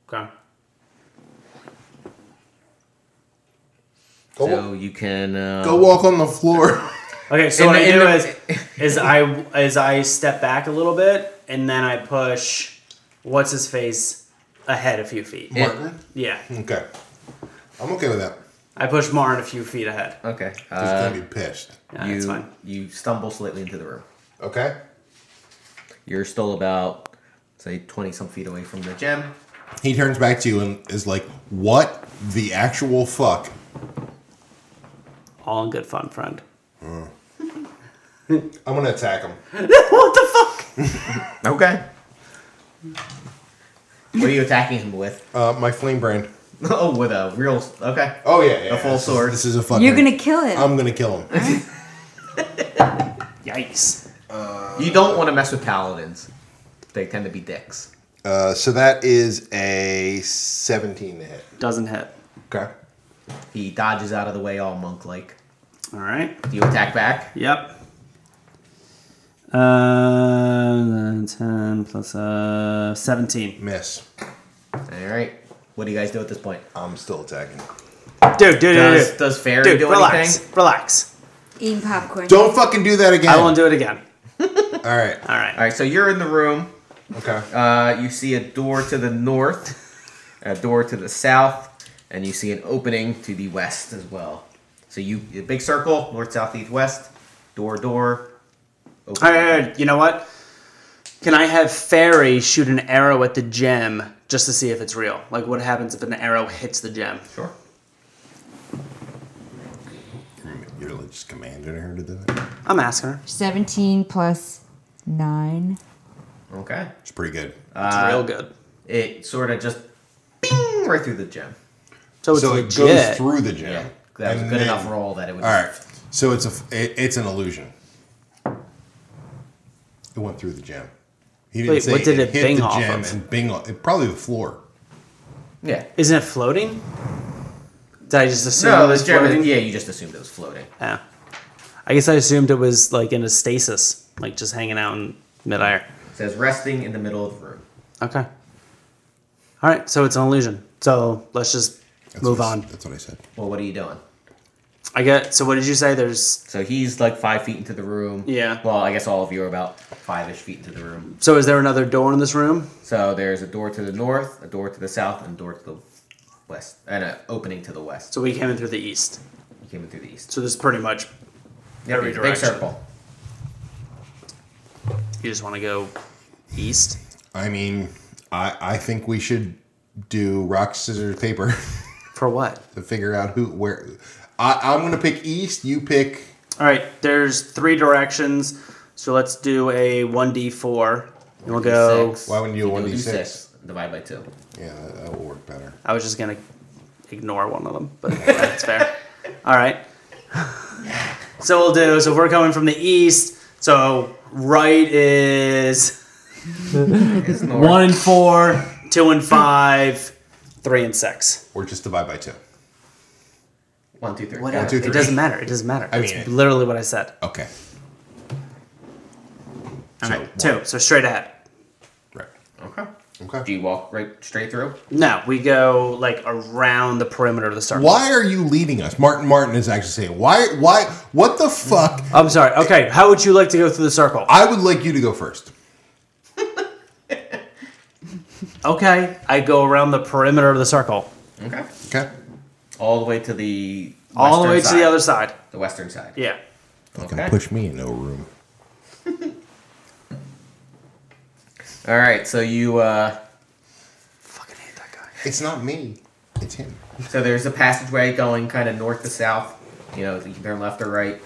S3: Okay.
S2: Go,
S1: So you can uh,
S2: go walk on the floor.
S3: Okay. So
S1: In
S3: what
S1: the-
S3: I
S1: in
S3: do is
S1: the-
S3: is I is I step back a little bit, and then I push what's his face ahead a few
S2: *laughs*
S3: feet.
S2: Martin?
S3: Yeah.
S2: Okay. I'm okay with that.
S3: I push Marn a few feet ahead.
S1: Okay.
S2: He's
S1: Uh,
S2: gonna be pissed.
S3: Yeah,
S1: you
S3: that's fine.
S1: you stumble slightly into the room.
S2: Okay.
S1: You're still about say twenty some feet away from the gem.
S2: He turns back to you and is like, "What the actual fuck?"
S5: All in good fun, friend.
S2: I'm gonna attack him.
S5: What the fuck?
S1: Okay. what are you attacking him with? *laughs*
S2: Uh, my flame brand.
S1: oh, with a real. Okay.
S2: Oh yeah, yeah.
S1: A full
S2: this is-
S1: sword.
S2: this is a fucking.
S4: You're gonna kill
S2: *laughs*
S4: it.
S2: I'm gonna kill him.
S3: Yikes.
S1: You don't want to mess with paladins. They tend to be dicks.
S2: Uh, so that is a 17 to hit.
S5: Doesn't hit.
S2: Okay.
S1: He dodges out of the way all monk like.
S5: All right.
S1: Do you attack back?
S5: Yep. Uh, 10 plus uh, 17.
S2: Miss.
S1: Alright. What do you guys do at this point?
S2: I'm still attacking.
S5: Dude, dude, dude,
S1: Does
S5: dude.
S1: does Fairy
S5: Dude,
S1: do
S5: relax.
S1: anything?
S5: Relax.
S4: Eating popcorn.
S2: Don't fucking do that again.
S5: I won't do it again.
S2: All right.
S5: All right.
S1: Alright, so you're in the room.
S2: Okay.
S1: Uh, you see a door to the north, a door to the south, and you see an opening to the west as well. So you a big circle, north, south, east, west, door, door, open.
S5: All right, all right, all right. You know what? Can I have Fairy shoot an arrow at the gem just to see if it's real? Like, what happens if an arrow hits the gem?
S1: Sure.
S2: You're like just commanding her to do it.
S5: I'm asking her.
S4: 17 plus 9.
S1: Okay.
S2: It's pretty good.
S3: Uh,
S5: It's real good.
S1: It sort of just bing right through the gem.
S5: So it's
S2: so it
S5: legit.
S2: goes through the gym.
S1: Yeah. That was a
S2: And
S1: good
S2: then-
S1: enough roll that it was
S2: All right. So it's a it, it's an illusion. It went through the gym. He didn't
S5: Wait,
S2: say
S5: what did it
S2: hit
S5: bing
S2: the
S5: off
S2: gym
S5: of?
S2: and bing off, it, probably the floor.
S1: Yeah.
S5: Isn't it floating? Did I just assume
S1: No,
S5: it was
S1: the gem.
S5: floating?
S1: Yeah, you just assumed it was floating.
S5: Yeah. I guess I assumed it was like in a stasis, like just hanging out in midair.
S1: It says resting in the middle of the room.
S5: Okay. All right, so it's an illusion. So let's just
S2: That's
S5: move
S2: what I s-
S5: on.
S2: That's what I said.
S1: Well, what are you doing?
S5: I get. So what did you say? There's.
S1: So he's like five feet into the room.
S5: Yeah.
S1: Well, I guess all of you are about five ish feet into the room.
S5: So is there another door in this room?
S1: So there's a door to the north, a door to the south, and a door to the west, and an opening to the west.
S5: So we came in through the east.
S1: You came in through the east.
S5: So there's pretty much.
S1: Yeah,
S5: every
S1: big, big
S5: direction.
S1: circle.
S5: You just want to go east.
S2: I mean, I I think we should do rock scissors paper *laughs*
S5: For what?
S2: to figure out who where. I I'm gonna pick east. You pick.
S5: All right, there's three directions. So let's do a 1d4. And we'll go.
S1: Six.
S2: Why wouldn't you do
S1: go do
S2: 1d6?
S1: six, Divide by two.
S2: Yeah, that- that will work better.
S5: I was just going to ignore one of them, but that's fair. *laughs* All right. So we'll do. So if we're coming from the east. So right is
S1: It's north.
S5: 1 and 4, 2 and 5, 3 and 6.
S2: Or just divide by two.
S1: One, two, three.
S5: Whatever.
S1: Got it.
S2: two,
S5: It
S2: three.
S5: doesn't matter. It doesn't matter.
S2: I
S5: it's
S2: mean it.
S5: literally what I said.
S2: Okay.
S5: All
S2: So,
S5: right, 2. So straight ahead.
S2: Right.
S1: Okay. Do
S2: Okay.
S1: you walk right straight through?
S5: No, we go like around the perimeter of the circle.
S2: Why are you leading us? Martin Martin is actually saying, why, why, what the fuck?
S5: I'm sorry. Okay, how would you like to go through the circle?
S2: I would like you to go first.
S5: Okay, I go around the perimeter of the circle,
S1: Okay.
S2: Okay.
S1: All the way to the
S5: all the
S1: western
S5: way to
S1: side.
S5: the other side.
S1: The western side.
S5: Yeah.
S2: Fucking
S1: Okay.
S2: push me in no room.
S1: All right. So you. uh
S5: Fucking hate that guy.
S2: It's not me. It's him.
S1: So there's a passageway going kind of north to south. You know, you can turn left or right.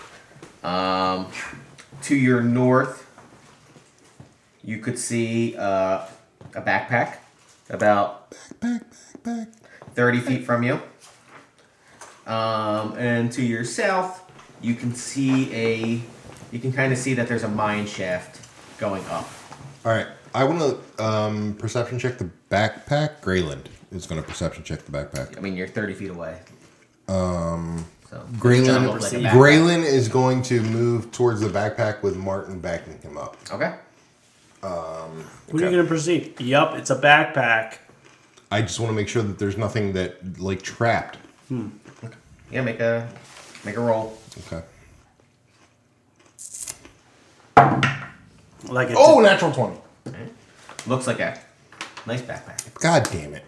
S1: Um, to your north, you could see uh, a backpack about
S2: Back, back, back.
S1: 30 feet from you. Um, and to your south, you can see a. You can kind of see that there's a mine shaft going up.
S2: All right. I want to um, perception check the backpack. Grayland is going to perception check the backpack.
S1: I mean, you're 30 feet away. Um. So
S2: Grayland,
S1: jumbled like a backpack.
S2: Grayland is going to move towards the backpack with Martin backing him up.
S1: Okay.
S3: When are
S2: Okay.
S3: you gonna proceed? Yup, it's a backpack.
S2: I just want to make sure that there's nothing that like trapped.
S1: Yeah, make a make a roll.
S2: Okay.
S3: Like it's
S2: Oh, natural twenty.
S1: Looks like a nice backpack.
S2: God damn it!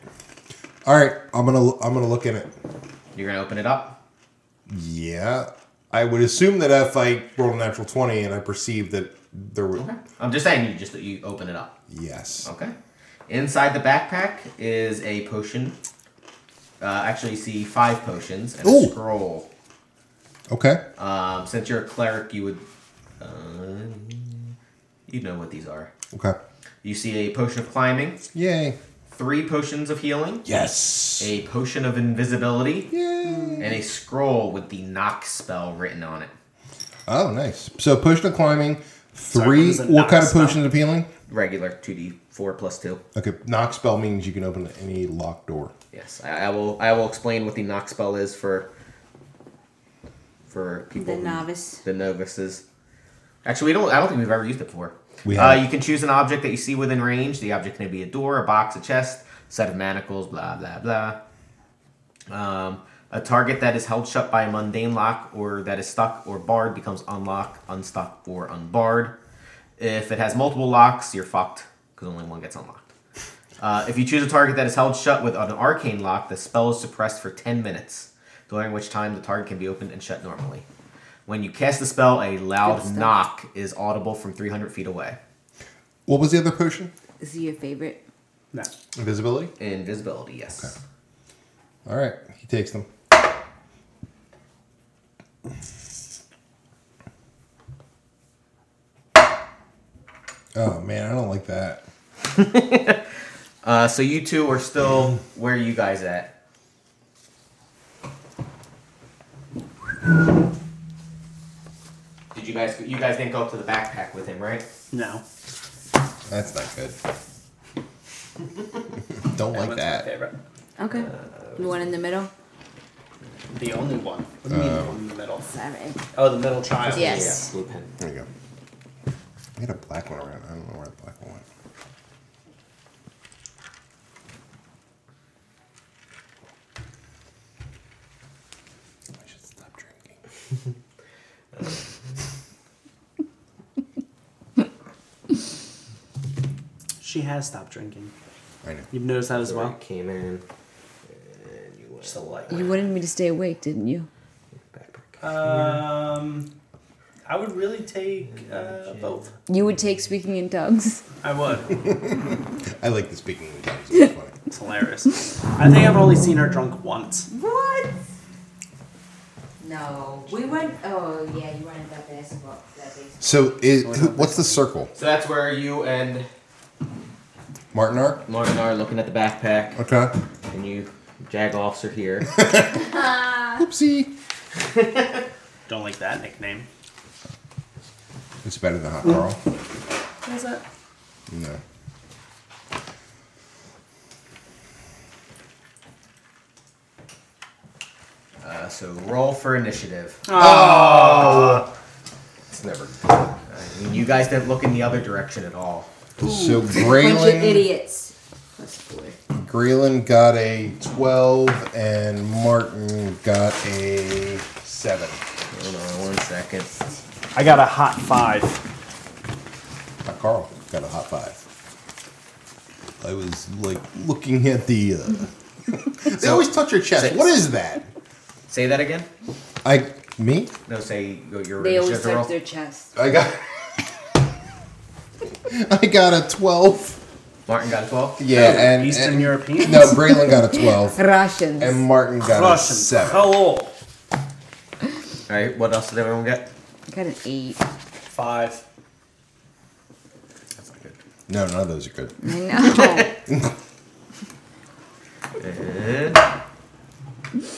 S2: All right, I'm gonna I'm gonna look in it.
S1: You're gonna open it up.
S2: Yeah, I would assume that if I rolled a natural twenty and I perceived that there were
S1: Okay. I'm just saying you just you open it up.
S2: yes,
S1: Okay. Inside the backpack is a potion. Uh, actually, you see five potions and
S2: Ooh.
S1: a scroll.
S2: okay,
S1: Um, since you're a cleric, you would uh, you know what these are.
S2: okay,
S1: You see a potion of climbing,
S2: yay,
S1: three potions of healing,
S2: yes,
S1: a potion of invisibility,
S2: yay.
S1: and a scroll with the knock spell written on it.
S2: Oh, nice. So potion of climbing,
S3: what
S2: three.
S3: is a
S2: what kind
S3: knock
S2: of
S3: spell?
S2: potion of healing?
S1: Regular two D four plus two.
S2: Okay, knock spell means you can open any locked door.
S1: Yes, I, I will. I will explain what the knock spell is for for people
S4: The
S1: who-
S4: novice.
S1: the novices. Actually, we don't. I don't think we've ever used it before.
S2: We
S1: uh,
S2: have.
S1: you can choose an object that you see within range. The object can be a door, a box, a chest, set of manacles, blah blah blah. Um, a target that is held shut by a mundane lock or that is stuck or barred becomes unlocked, unstuck, or unbarred. If it has multiple locks, you're fucked because only one gets unlocked. Uh, if you choose a target that is held shut with an arcane lock, the spell is suppressed for 10 minutes, during which time the target can be opened and shut normally. When you cast the spell, a loud knock is audible from 300 feet away.
S2: What was the other potion?
S4: Is he your favorite?
S3: no.
S2: Invisibility.
S1: Invisibility, yes.
S2: All right, he takes them. Oh man, I don't like that.
S1: Uh, so you two are still
S3: Mm-hmm.
S1: where are you guys at? Did you guys? You guys didn't go up to the backpack with him, right?
S3: No.
S2: That's not good. *laughs* don't like
S3: My
S2: that.
S3: favorite.
S4: Okay. the one in the middle?
S3: The only one. What do you mean
S2: Um,
S3: the one in the middle?
S4: Sorry.
S3: Oh, the middle child.
S4: Yes.
S1: blue pen.
S2: There you go. I had a black one around. I don't know where the black one went.
S3: She has stopped drinking.
S2: I know.
S3: You've noticed that as
S1: So I
S3: well.
S1: came in, and you went Uh,
S3: Just a light.
S4: You wanted me to stay awake, didn't you?
S1: backpack.
S3: Um, I would really take uh, both.
S4: You would take speaking in tongues.
S3: I would.
S2: I like the speaking in tongues. It's funny.
S3: *laughs*
S4: *laughs*
S3: It's hilarious. I think I've only seen her drunk once.
S4: What? No, we went. Oh yeah, you wanted that basketball. That baseball.
S2: So, is, who, what's the circle?
S1: So that's where you and
S2: Martin R.
S1: Martin are looking at the backpack,
S2: Okay.
S1: and you jag offs are here.
S2: Oopsie.
S3: Don't like that nickname.
S2: It's better than Hot Carl.
S3: What is that?
S2: No.
S1: Uh, so roll for initiative.
S4: Oh.
S1: It's never. I mean, you guys didn't look in the other direction at all.
S2: So
S4: Bunch of
S2: Graylin,
S4: idiots. Plus four.
S2: Graylin got a 12 and Martin got a 7.
S1: Hold on one second.
S6: I got a hot five.
S2: Hot Carl got a hot 5. I was like looking at the. Uh, *laughs* they always touch your chest.
S1: Six.
S2: What is that?
S1: Say that again.
S2: I. Me?
S1: No, say your, your
S4: They always
S1: initiative roll.
S4: touch their chest.
S2: I got. *laughs* I got a 12.
S1: Martin got a twelve.
S2: Yeah, and.
S3: Eastern
S2: and-
S3: European.
S2: *laughs* No, Braylon got a 12.
S4: Russians.
S2: And Martin got a
S3: Russian.
S2: 7.
S3: Hello.
S1: All right. What else did everyone get?
S4: I got an eight.
S3: Five.
S1: That's not good.
S2: No, none of those are good.
S4: I *laughs* know.
S1: And...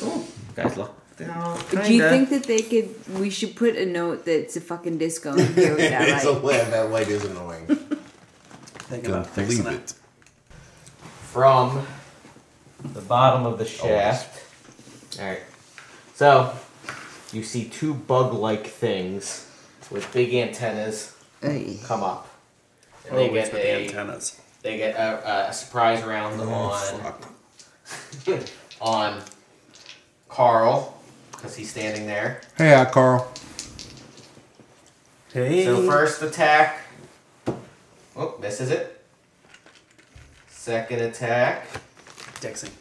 S1: Ooh, guys look. down,
S4: Do you
S1: kinda.
S4: think that they could? We should put a note that's a fucking disco in here
S2: *laughs*
S3: *laughs*
S4: with that light.
S2: lamp. That light is annoying.
S3: Think about
S2: Don't
S3: fixing
S2: believe
S3: it.
S2: it.
S1: from the bottom of the shaft. Alright. So, you see two bug like things with big antennas
S4: Ay.
S1: come up. And they
S3: Always
S1: get,
S3: with the Oh,
S1: a,
S3: antennas.
S1: they get a, a surprise round on,
S2: Oh, Fuck.
S1: on Carl, because he's standing there.
S2: Hey, uh, Carl.
S3: Hey.
S1: So, first attack. Oh, misses it. Second attack.
S3: Dixon.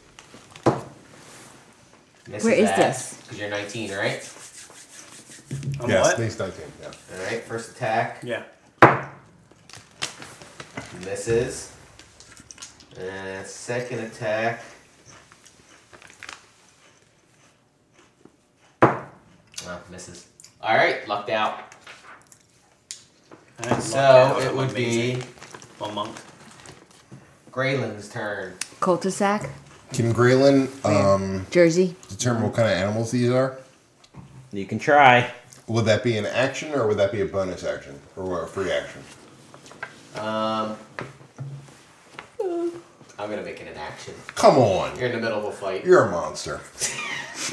S1: Misses
S4: Where is this?
S1: Because you're 19, right?
S3: On
S2: yes,
S3: what?
S2: they stuck in. Yeah.
S1: Alright, first attack.
S3: yeah.
S1: Misses. And second attack. Oh, misses. Alright, lucked out.
S3: I love
S1: So
S3: that.
S1: it would
S3: Amazing.
S1: be
S3: Well, monk.
S1: Graylin's turn.
S4: Cul-de-sac,
S2: Can Graylin um,
S4: Jersey.
S2: determine what kind of animals these are?
S1: You can try.
S2: Would that be an action or would that be a bonus action or a free action?
S1: Um, I'm gonna make it an action.
S2: Come on,
S1: You're in the middle of a fight.
S2: you're a monster.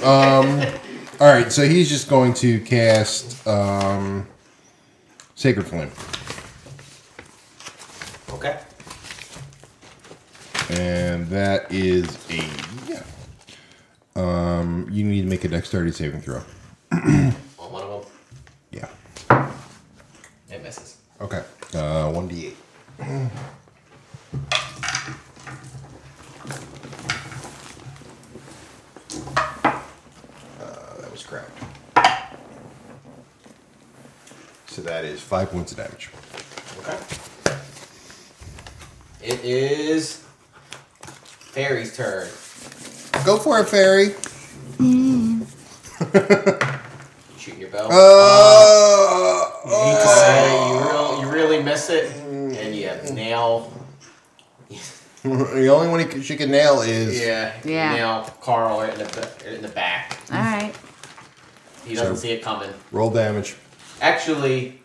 S2: um, all right, so he's just going to cast um, Sacred Flame,
S1: Okay.
S2: and that is a. Um, you need to make a dexterity saving throw.
S1: On one of them,
S2: Yeah.
S1: it misses.
S2: Okay. Uh, one d eight. That was cracked. So that is five points of damage.
S1: Okay. It is Fairy's turn.
S2: Go for it, fairy.
S1: Shooting your bow.
S2: Uh,
S1: Oh. Uh, you, real,
S3: Oh.
S1: you really miss it, and you nail.
S2: *laughs* the only one he c- she can nail is
S1: Yeah, you
S4: Yeah.
S1: nail Carl right in the right in the back.
S4: All right.
S1: He doesn't
S2: So-
S1: see it coming.
S2: roll damage.
S1: Actually,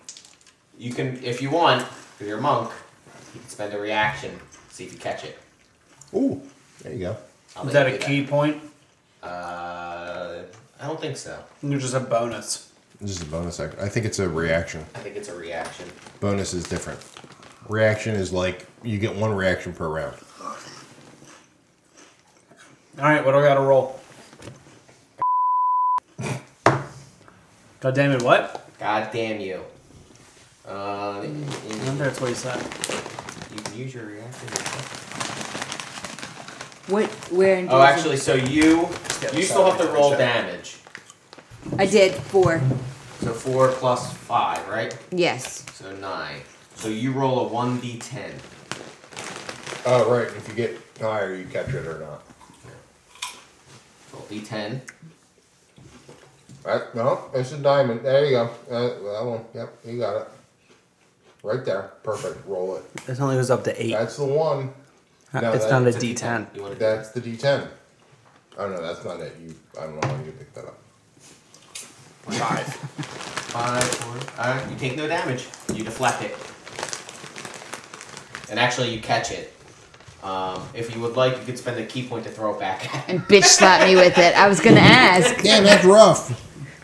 S1: you can if you want. If you're a monk, you can spend a reaction see if you catch it.
S2: Ooh, there you go.
S1: I'll
S3: Is
S1: let
S3: that a
S1: you do
S3: key point?
S1: Uh, I don't think so.
S3: You're just a bonus.
S2: This is a bonus action. I think it's a reaction.
S1: I think it's a reaction.
S2: Bonus is different. Reaction is like you get one reaction per round.
S3: All right, what do I got to roll? God damn it, what?
S1: God damn you. Uh, you
S3: I wonder if that's what he said.
S1: you can use your reaction.
S4: What? Where? In
S1: Oh,
S4: Jersey?
S1: actually, so you you still have to roll damage.
S4: I did four.
S1: So four plus five, right?
S4: Yes.
S1: So nine. So you roll a one d ten.
S2: Oh, right. If you get higher, you catch it or not.
S1: Roll d ten.
S2: Right? No, it's a diamond. There you go. Uh, that one. Yep, you got it. Right there. Perfect. Roll it.
S3: This only goes up to eight.
S2: That's the one. no,
S3: Uh, it's
S2: that-
S3: not a
S1: It's a
S3: D10.
S1: You want to
S2: That's the D10. Oh no, that's not it. You, I don't know how you picked that up.
S1: five. Five, four. All right, you take no damage. You deflect it, and actually you catch it. Um, if you would like, you could spend a key point to throw it back. at
S4: And bitch slapped me with it. I was gonna *laughs* ask.
S2: Damn, that's rough.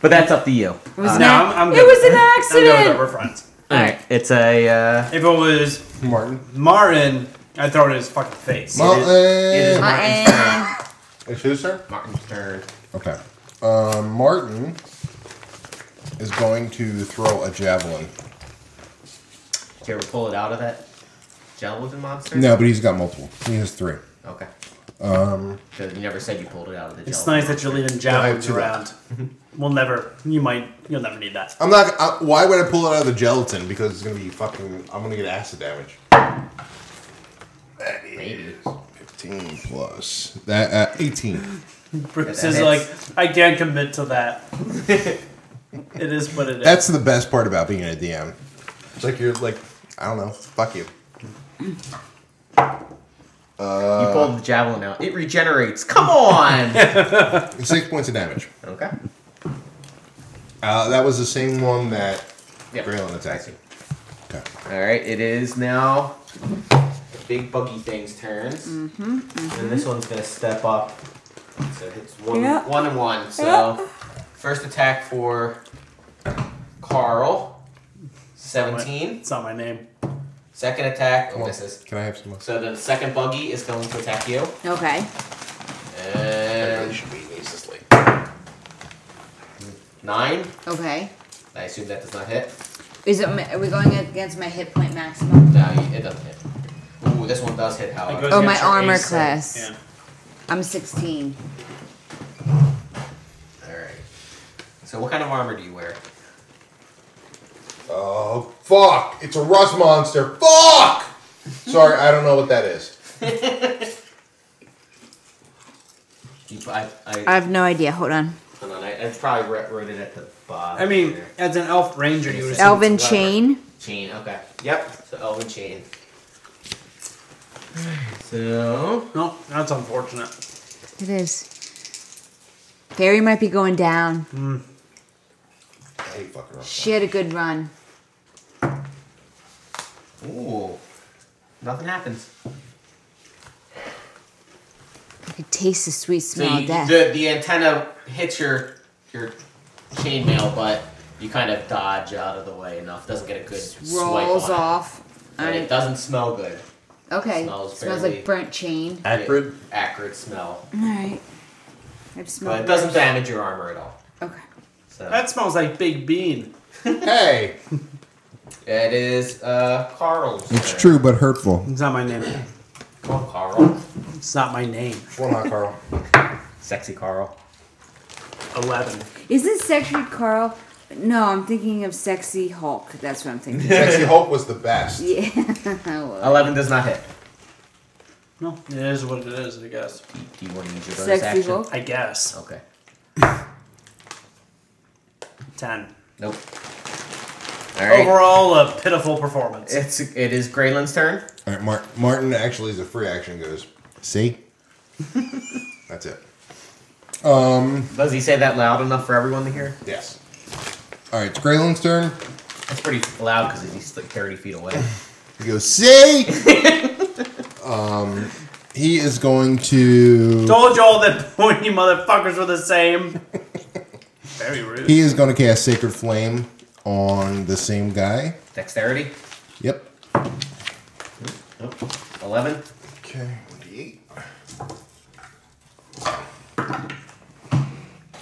S1: But that's up to you.
S4: It was, an,
S3: Uh, no,
S4: ac-
S3: I'm, I'm
S4: it
S3: good.
S4: was an
S3: I'm good.
S4: accident.
S3: We're friends.
S1: All right, it's a. Uh,
S3: If it was
S2: Martin.
S3: Martin, I'd throw it in his fucking face.
S2: Martin.
S1: is
S4: Uh, eh.
S2: It's who, sir?
S1: Martin's turn.
S2: Okay. Um, Martin is going to throw a javelin.
S1: Did you ever pull it out of that gelatin monster?
S2: No, but he's got multiple. He has three.
S1: Okay. Um. Because you never said you pulled it out of the.
S3: It's
S1: gelatin
S3: nice that you're leaving javelins
S2: two
S3: around. we'll never. You might. You'll never need that.
S2: I'm not. I, why would I pull it out of the gelatin? Because it's gonna be fucking. I'm gonna get acid damage. That is fifteen plus that uh, eighteen.
S3: Bruce
S1: Yeah,
S3: is
S1: that
S3: like, I can't commit to that. *laughs* it is what it is.
S2: That's the best part about being a DM. It's like you're like I don't know. Fuck you.
S1: You
S2: Uh,
S1: pulled the javelin out. It regenerates. Come
S2: *laughs*
S1: on.
S2: Six points of damage.
S1: okay.
S2: Uh, that was the same one that
S1: Yep.
S2: Graylin
S1: I
S2: attacked.
S1: see.
S2: Okay.
S1: All right. It is now the big buggy thing's turns,
S4: Mm-hmm,
S1: and this one's gonna step up. So it's one,
S4: Yeah.
S1: one and one. So
S4: Yeah.
S1: first attack for Carl, seventeen.
S3: It's not my name.
S1: Second attack
S2: Come on.
S1: misses.
S2: Can I have some? More?
S1: So the second buggy is going to attack you,
S4: Okay.
S1: and
S2: should be just like
S1: nine.
S4: Okay.
S1: I assume that does not hit.
S4: Is it? Are we going against my hit point maximum?
S1: No, it doesn't hit. Ooh, this one does hit.
S3: It
S1: However,
S3: goes
S4: Oh, my
S3: against your
S4: armor
S3: AC.
S4: class.
S3: Yeah.
S4: I'm 16.
S1: All right. So what kind of armor do you wear?
S2: Oh fuck! It's a rust monster. Fuck! Sorry, I don't know what that is.
S1: You, I, I,
S4: I have no idea. Hold on.
S1: hold on, I, I probably wrote, wrote it at the bottom.
S3: I mean,
S1: there.
S3: as an elf ranger, you would assume
S4: Elven
S3: it's leather.
S4: chain.
S1: chain. Okay. Yep. So elven chain. So
S3: No, that's unfortunate.
S4: It is. Fairy might be going down.
S2: I hate fucking rust.
S4: She had a good run.
S1: ooh, nothing happens.
S4: I could taste the sweet
S1: So
S4: smell
S1: you,
S4: of death.
S1: the the antenna hits your your chainmail, but you kind of dodge out of the way enough. Doesn't get a good swipe
S4: Rolls
S1: on it.
S4: off.
S1: And
S4: Alright.
S1: it doesn't smell good.
S4: Okay.
S1: Smells
S4: Smells,
S1: fairly-
S4: like burnt chain.
S2: Acrid.
S1: Acrid smell.
S4: Alright. I've smelled
S1: But it doesn't damage your armor at all.
S4: Okay.
S1: So
S3: That smells like Big Bean.
S2: *laughs* Hey,
S1: it is uh Carl's. turn.
S2: but hurtful.
S3: It's not my name.
S1: Come on, Carl.
S3: It's not my name.
S2: One hot Carl.
S1: Sexy Carl.
S3: Eleven.
S4: Isn't sexy Carl? No, I'm thinking of sexy Hulk. That's what I'm
S2: *laughs*
S4: thinking.
S2: Sexy Hulk was the best.
S4: yeah. *laughs* Well,
S1: Eleven does not hit.
S3: No, it is what it is. I guess.
S1: Do you want to use your bonus
S4: sexy
S1: action?
S4: Hulk.
S3: I guess.
S1: Okay.
S3: Ten.
S1: Nope. All right.
S3: Overall, a pitiful performance.
S1: It's it is Graylin's turn.
S2: All right, Mar- Martin actually is a free action. Goes see. *laughs* That's it.
S1: Does he say that loud enough for everyone to hear?
S2: Yes. All right, it's Graylin's turn.
S1: That's pretty loud because he's like thirty feet away.
S2: He goes
S4: *laughs*
S2: see. um, he is going to.
S3: Told y'all that *laughs* pointy motherfuckers were the same. Very rude.
S2: He is going to cast Sacred Flame on the same guy.
S1: Dexterity.
S2: Yep.
S1: Nope. Eleven.
S2: Okay, one d eight.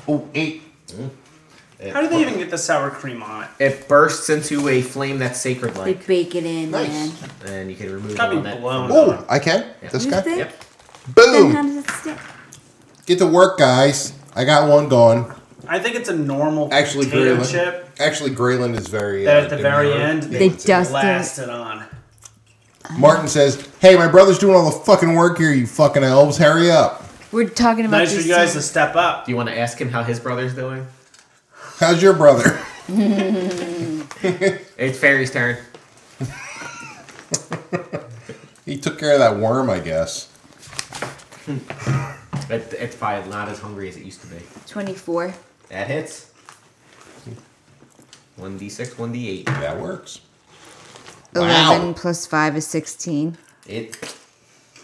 S2: Oh, eight.
S1: It,
S3: How do they even get the sour cream on it?
S1: It bursts into a flame that's sacred
S4: They
S1: like,
S4: bake it in,
S2: Nice.
S4: man.
S1: and you can remove
S3: Gotta
S1: all
S3: be
S1: that.
S3: blown.
S2: Oh, I can. This
S4: You
S2: guy.
S4: think?
S1: Yep.
S4: Then how
S2: Boom!
S4: does it stick?
S2: Get to work, guys. I got one gone.
S3: I think it's a normal
S2: Actually,
S3: potato
S2: Grayling.
S3: chip
S2: Actually, Grayland is very.
S3: that
S2: uh,
S3: at the very
S2: demure.
S3: end
S4: They
S3: they
S4: dust it.
S3: blast it on.
S2: Martin says, "Hey, my brother's doing all the fucking work here. You fucking elves, hurry up!
S4: We're talking about
S3: Nice for
S4: this.
S3: you guys
S4: too.
S3: to step up.
S1: Do you want to ask him how his brother's doing?
S2: How's your brother? *laughs*
S1: It's Fairy's turn.
S2: He took care of that worm, I guess.
S1: It, it's probably not as hungry as it used to be.
S4: 24.
S1: That hits. 1d6, 1d8.
S2: That works.
S4: 11 plus 5 is 16.
S1: It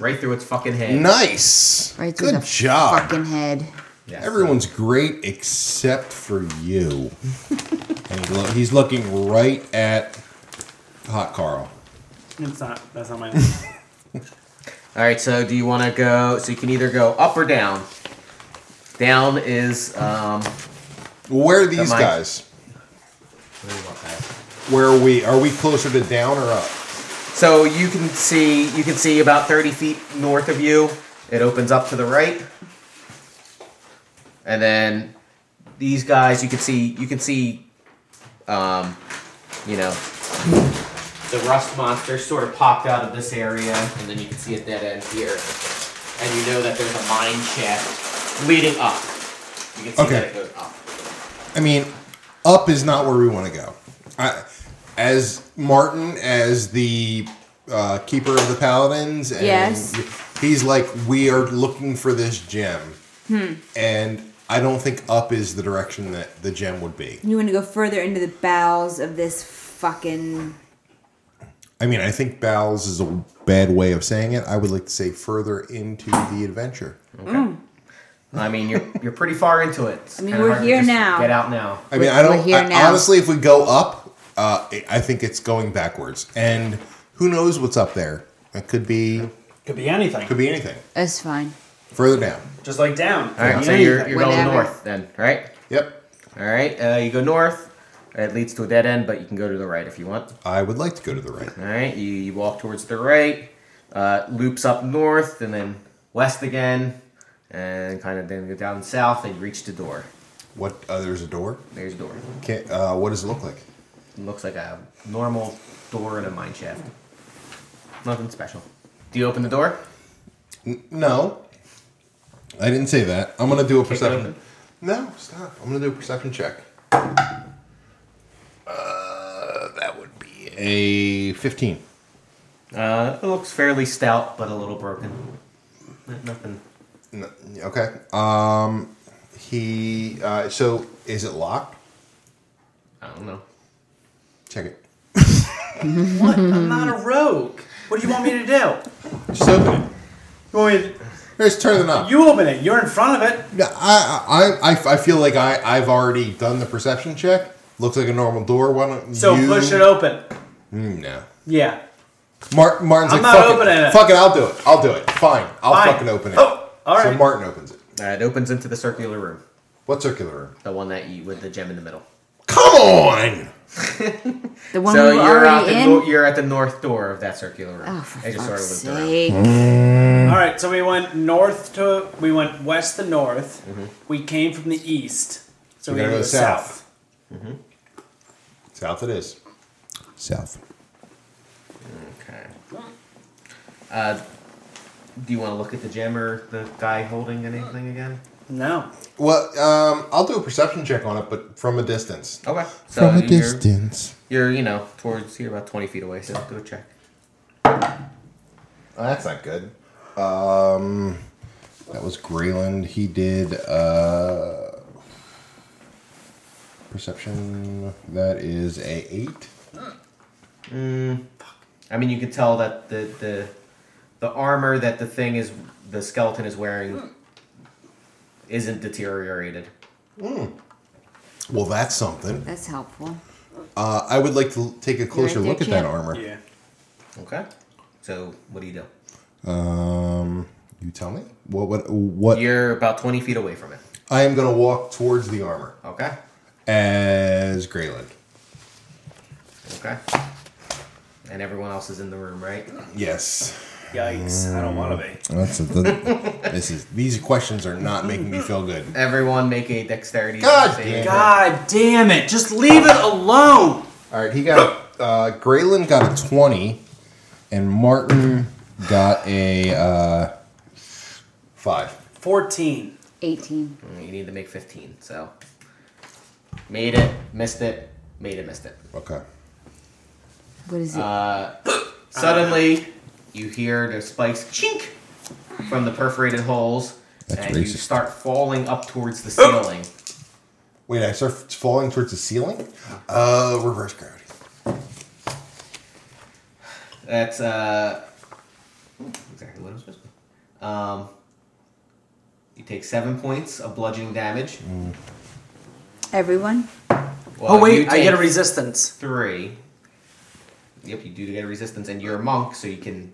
S1: right through its fucking head.
S2: Nice.
S4: Right through
S2: Good
S4: the
S2: job.
S4: fucking head.
S1: Yes.
S2: Everyone's great except for you. *laughs* and he lo- he's looking right at Hot Carl.
S3: It's not. That's not my. name.
S1: All right. So do you want to go? So you can either go up or down. Down is um.
S2: Where are these
S1: mic.
S2: guys?
S1: what do you want that?
S2: Where are we? Are we closer to down or up?
S1: So you can see you can see about thirty feet north of you. It opens up to the right, and then these guys you can see you can see, um, you know, the rust monster sort of popped out of this area, and then you can see a dead end here, and you know that there's a mine shaft leading up. You can see
S2: Okay.
S1: that it goes up.
S2: I mean, up is not where we want to go. I, as Martin, as the uh, keeper of the paladins, and
S4: Yes.
S2: he's like, we are looking for this gem,
S4: Hmm.
S2: and I don't think up is the direction that the gem would be.
S4: You want to go further into the bowels of this fucking.
S2: I mean, I think bowels is a bad way of saying it. I would like to say further into the adventure.
S1: I mean, you're you're pretty far into it. It's
S4: I mean,
S1: kinda
S4: we're
S1: hard to
S4: here
S1: just
S4: now.
S1: Get out now.
S2: I mean,
S4: We're-
S2: I don't.
S4: we're here
S2: I-
S4: now.
S2: honestly, if we go up, uh, I- I think it's going backwards, and who knows what's up there? It could be,
S3: Could be anything.
S2: could be anything.
S4: That's fine.
S2: Further down.
S3: Just like down.
S1: All right,
S3: Could be
S1: so you're,
S3: anything.
S1: you're going
S4: Whatever.
S1: north then, right?
S2: Yep.
S1: All right, uh, you go north. It leads to a dead end, but you can go to the right if you want.
S2: I would like to go to the right.
S1: All right, you, you walk towards the right, uh, loops up north, and then west again, and kind of then go down south and reach the door.
S2: What? Uh, there's a door.
S1: There's the door.
S2: Can't, uh, what does it look like?
S1: It looks like a normal door in a mine shaft. Nothing special. Do you open the door?
S2: No. I didn't say that. I'm gonna do a
S1: it
S2: perception.
S1: open.
S2: No, stop. I'm gonna do a perception check. Uh, that would be a 15.
S1: Uh, it looks fairly stout, but a little broken. N- Nothing.
S2: No, okay. Um, he. Uh, so is it locked?
S1: I don't know.
S2: Check it.
S3: What? I'm not a rogue. What do you want me to do? You
S2: Just open it.
S3: want me to-
S2: Just turn the knob.
S3: You open it. You're in front of it.
S2: Yeah, I, I, I, I feel like I, I've already done the perception check. Looks like a normal door. Why don't
S3: So
S2: you
S3: push it open.
S2: Mm, no.
S3: Yeah.
S2: Mar- Martin's
S3: I'm
S2: like,
S3: not
S2: fuck
S3: opening
S2: it.
S3: it."
S2: Fuck it, I'll do it. I'll do it. Fine. I'll
S3: Fine.
S2: fucking open it.
S3: Oh, all
S2: So
S3: right.
S2: Martin opens it.
S1: Uh, it opens into the circular room,
S2: What circular room?
S1: the one that you with the gem in the middle.
S2: Come on!
S4: The one
S1: so
S4: we were
S1: you're at
S4: already
S1: the
S4: in?
S1: nor- you're at the north door of that circular room.
S4: oh, for
S1: I just sort
S4: fuck's
S1: of looped around.
S4: sake.
S2: Hmm?
S3: All right. So we went north to. We went west to north. We came from the east.
S2: Mm-hmm.
S3: So
S2: You
S3: we
S2: gotta
S3: go
S2: go
S3: to the
S2: south.
S3: south.
S2: South it is. South.
S1: Okay. Uh, do you want to look at the gem or the guy holding anything again?
S3: No.
S2: Well, um, I'll do a perception check on it, but from a distance.
S1: Okay. So you're,
S2: distance.
S1: you're you know towards you're about twenty feet away. So do a check.
S2: Oh, that's not good. Um, that was Grayland. He did uh, perception. That is a eight.
S1: I mean, you can tell that the the the armor that the thing is the skeleton is wearing isn't deteriorated.
S2: Well, that's something.
S4: That's helpful.
S2: Uh, I would like to take a closer
S4: there,
S2: look at that
S4: champ.
S2: armor.
S3: Yeah.
S1: Okay. So what do you do?
S2: Um, you tell me what what what
S1: You're about twenty feet away from it.
S2: I am going to walk towards the armor
S1: Okay.
S2: as Greyland.
S1: Okay. And everyone else is in the room, right?
S2: Yes.
S3: Yikes! I don't want to be.
S2: That's a, this is these questions are not making me feel good.
S1: Everyone make a dexterity
S2: God
S1: saving
S2: damn.
S1: throw.
S3: God damn it! Just leave it alone.
S2: All right, he got uh, Graylin got a twenty, and Martin got a uh, five.
S3: Fourteen.
S4: 18.
S1: Mm, You need to make 15, so. Made it, missed it, made it, missed it.
S2: Okay.
S4: What is it?
S2: *coughs*
S1: Uh, suddenly, you hear the spikes chink from the perforated holes,
S2: That's
S1: and you
S2: racist.
S1: start falling up towards the ceiling.
S2: Wait, I start falling towards the ceiling. Uh, reverse gravity.
S1: That's uh, exactly what I was supposed to. do. Um, you take seven points of bludgeoning damage.
S4: Everyone?
S1: Well,
S3: Oh
S1: you
S3: wait, I
S1: take
S3: get a resistance.
S1: three. Yep, you do get a resistance, and you're a monk, so you can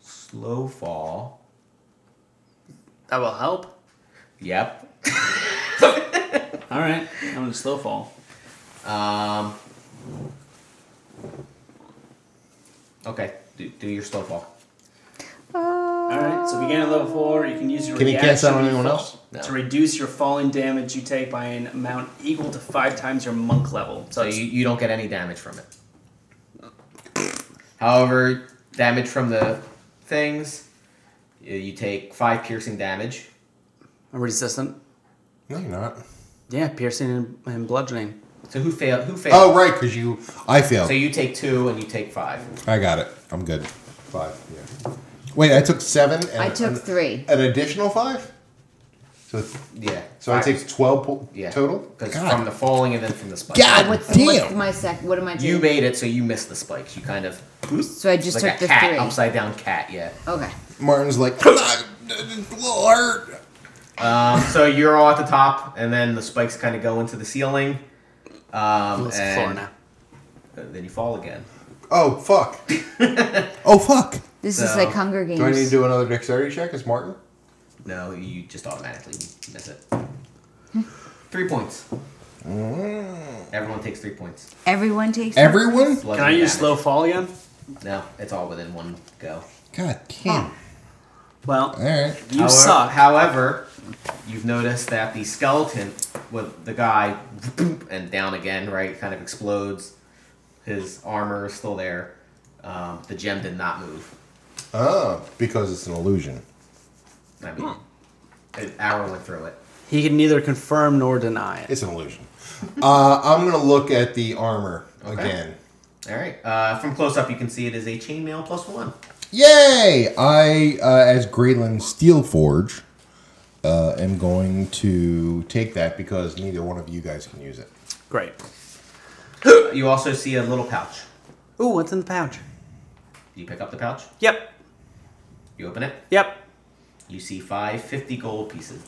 S1: slow fall.
S3: That will help.
S1: Yep.
S3: All right, I'm gonna slow fall.
S1: Um. Okay, do, do your slow fall.
S3: All right, so begin at level four. You can use your
S2: Can you
S3: reaction
S2: cast that on
S3: to
S2: anyone
S3: fall-
S2: else?
S1: No.
S3: to reduce your falling damage you take by an amount equal to five times your monk level. So
S1: So
S3: it's
S1: you, you don't get any damage from it. However, damage from the things, y- you take five piercing damage.
S3: I'm resistant.
S2: No, you're not.
S3: Yeah, piercing and, and bludgeoning.
S1: So who failed? Who failed?
S2: Oh, right, because you. I failed.
S1: So you take two and you take five.
S2: I got it. I'm good. Five. Yeah. Wait, I took seven. And
S4: I took three.
S2: an, an additional five. So,
S1: Yeah.
S2: so I take twelve po-
S1: yeah.
S2: total.
S1: because
S2: God.
S1: from the falling and then from the spikes.
S2: God
S4: What's,
S2: damn.
S4: what's my sec? What am I
S1: You
S4: doing?
S1: made it, so you missed the spikes. You kind of
S4: so I just
S1: like
S4: took
S1: a
S4: the
S1: cat,
S4: three.
S1: upside down cat. Yeah.
S4: Okay.
S2: Martin's like, "Ah, it's a little hurt.
S1: Um, so you're all at the top, and then the spikes kind of go into the ceiling. Um,
S3: Let's floor
S1: and
S3: now.
S1: then you fall again.
S2: Oh
S3: *laughs*
S2: fuck. oh fuck.
S4: This is
S1: So,
S4: like Hunger Games.
S2: Do I need to do another dexterity check? Is Martin?
S1: No, you just automatically miss it. Three points.
S2: Mm.
S1: Everyone takes three points.
S4: Everyone takes
S2: Everyone?
S1: Blood
S3: Can I use slow
S1: damage.
S3: fall again?
S1: No, it's all within one go.
S2: God damn.
S3: Well,
S2: All right.
S3: you
S1: however,
S3: suck.
S1: However, you've noticed that the skeleton with the guy boop, and down again, right, kind of explodes. His armor is still there. Um, the gem did not move.
S2: Oh, because it's an illusion.
S1: I mean,
S3: Hmm.
S1: an arrow went through it.
S3: he can neither confirm nor deny it.
S2: It's an illusion. uh, I'm gonna look at the armor again.
S1: All right. Uh, from close up, you can see it is a chainmail plus one.
S2: Yay! I, uh, as Grayland Steelforge, uh, am going to take that because neither one of you guys can use it.
S3: Great.
S1: You also see a little pouch.
S3: Ooh, what's in the pouch?
S1: You pick up the pouch.
S3: Yep.
S1: You open it.
S3: Yep.
S1: You see five fifty gold pieces,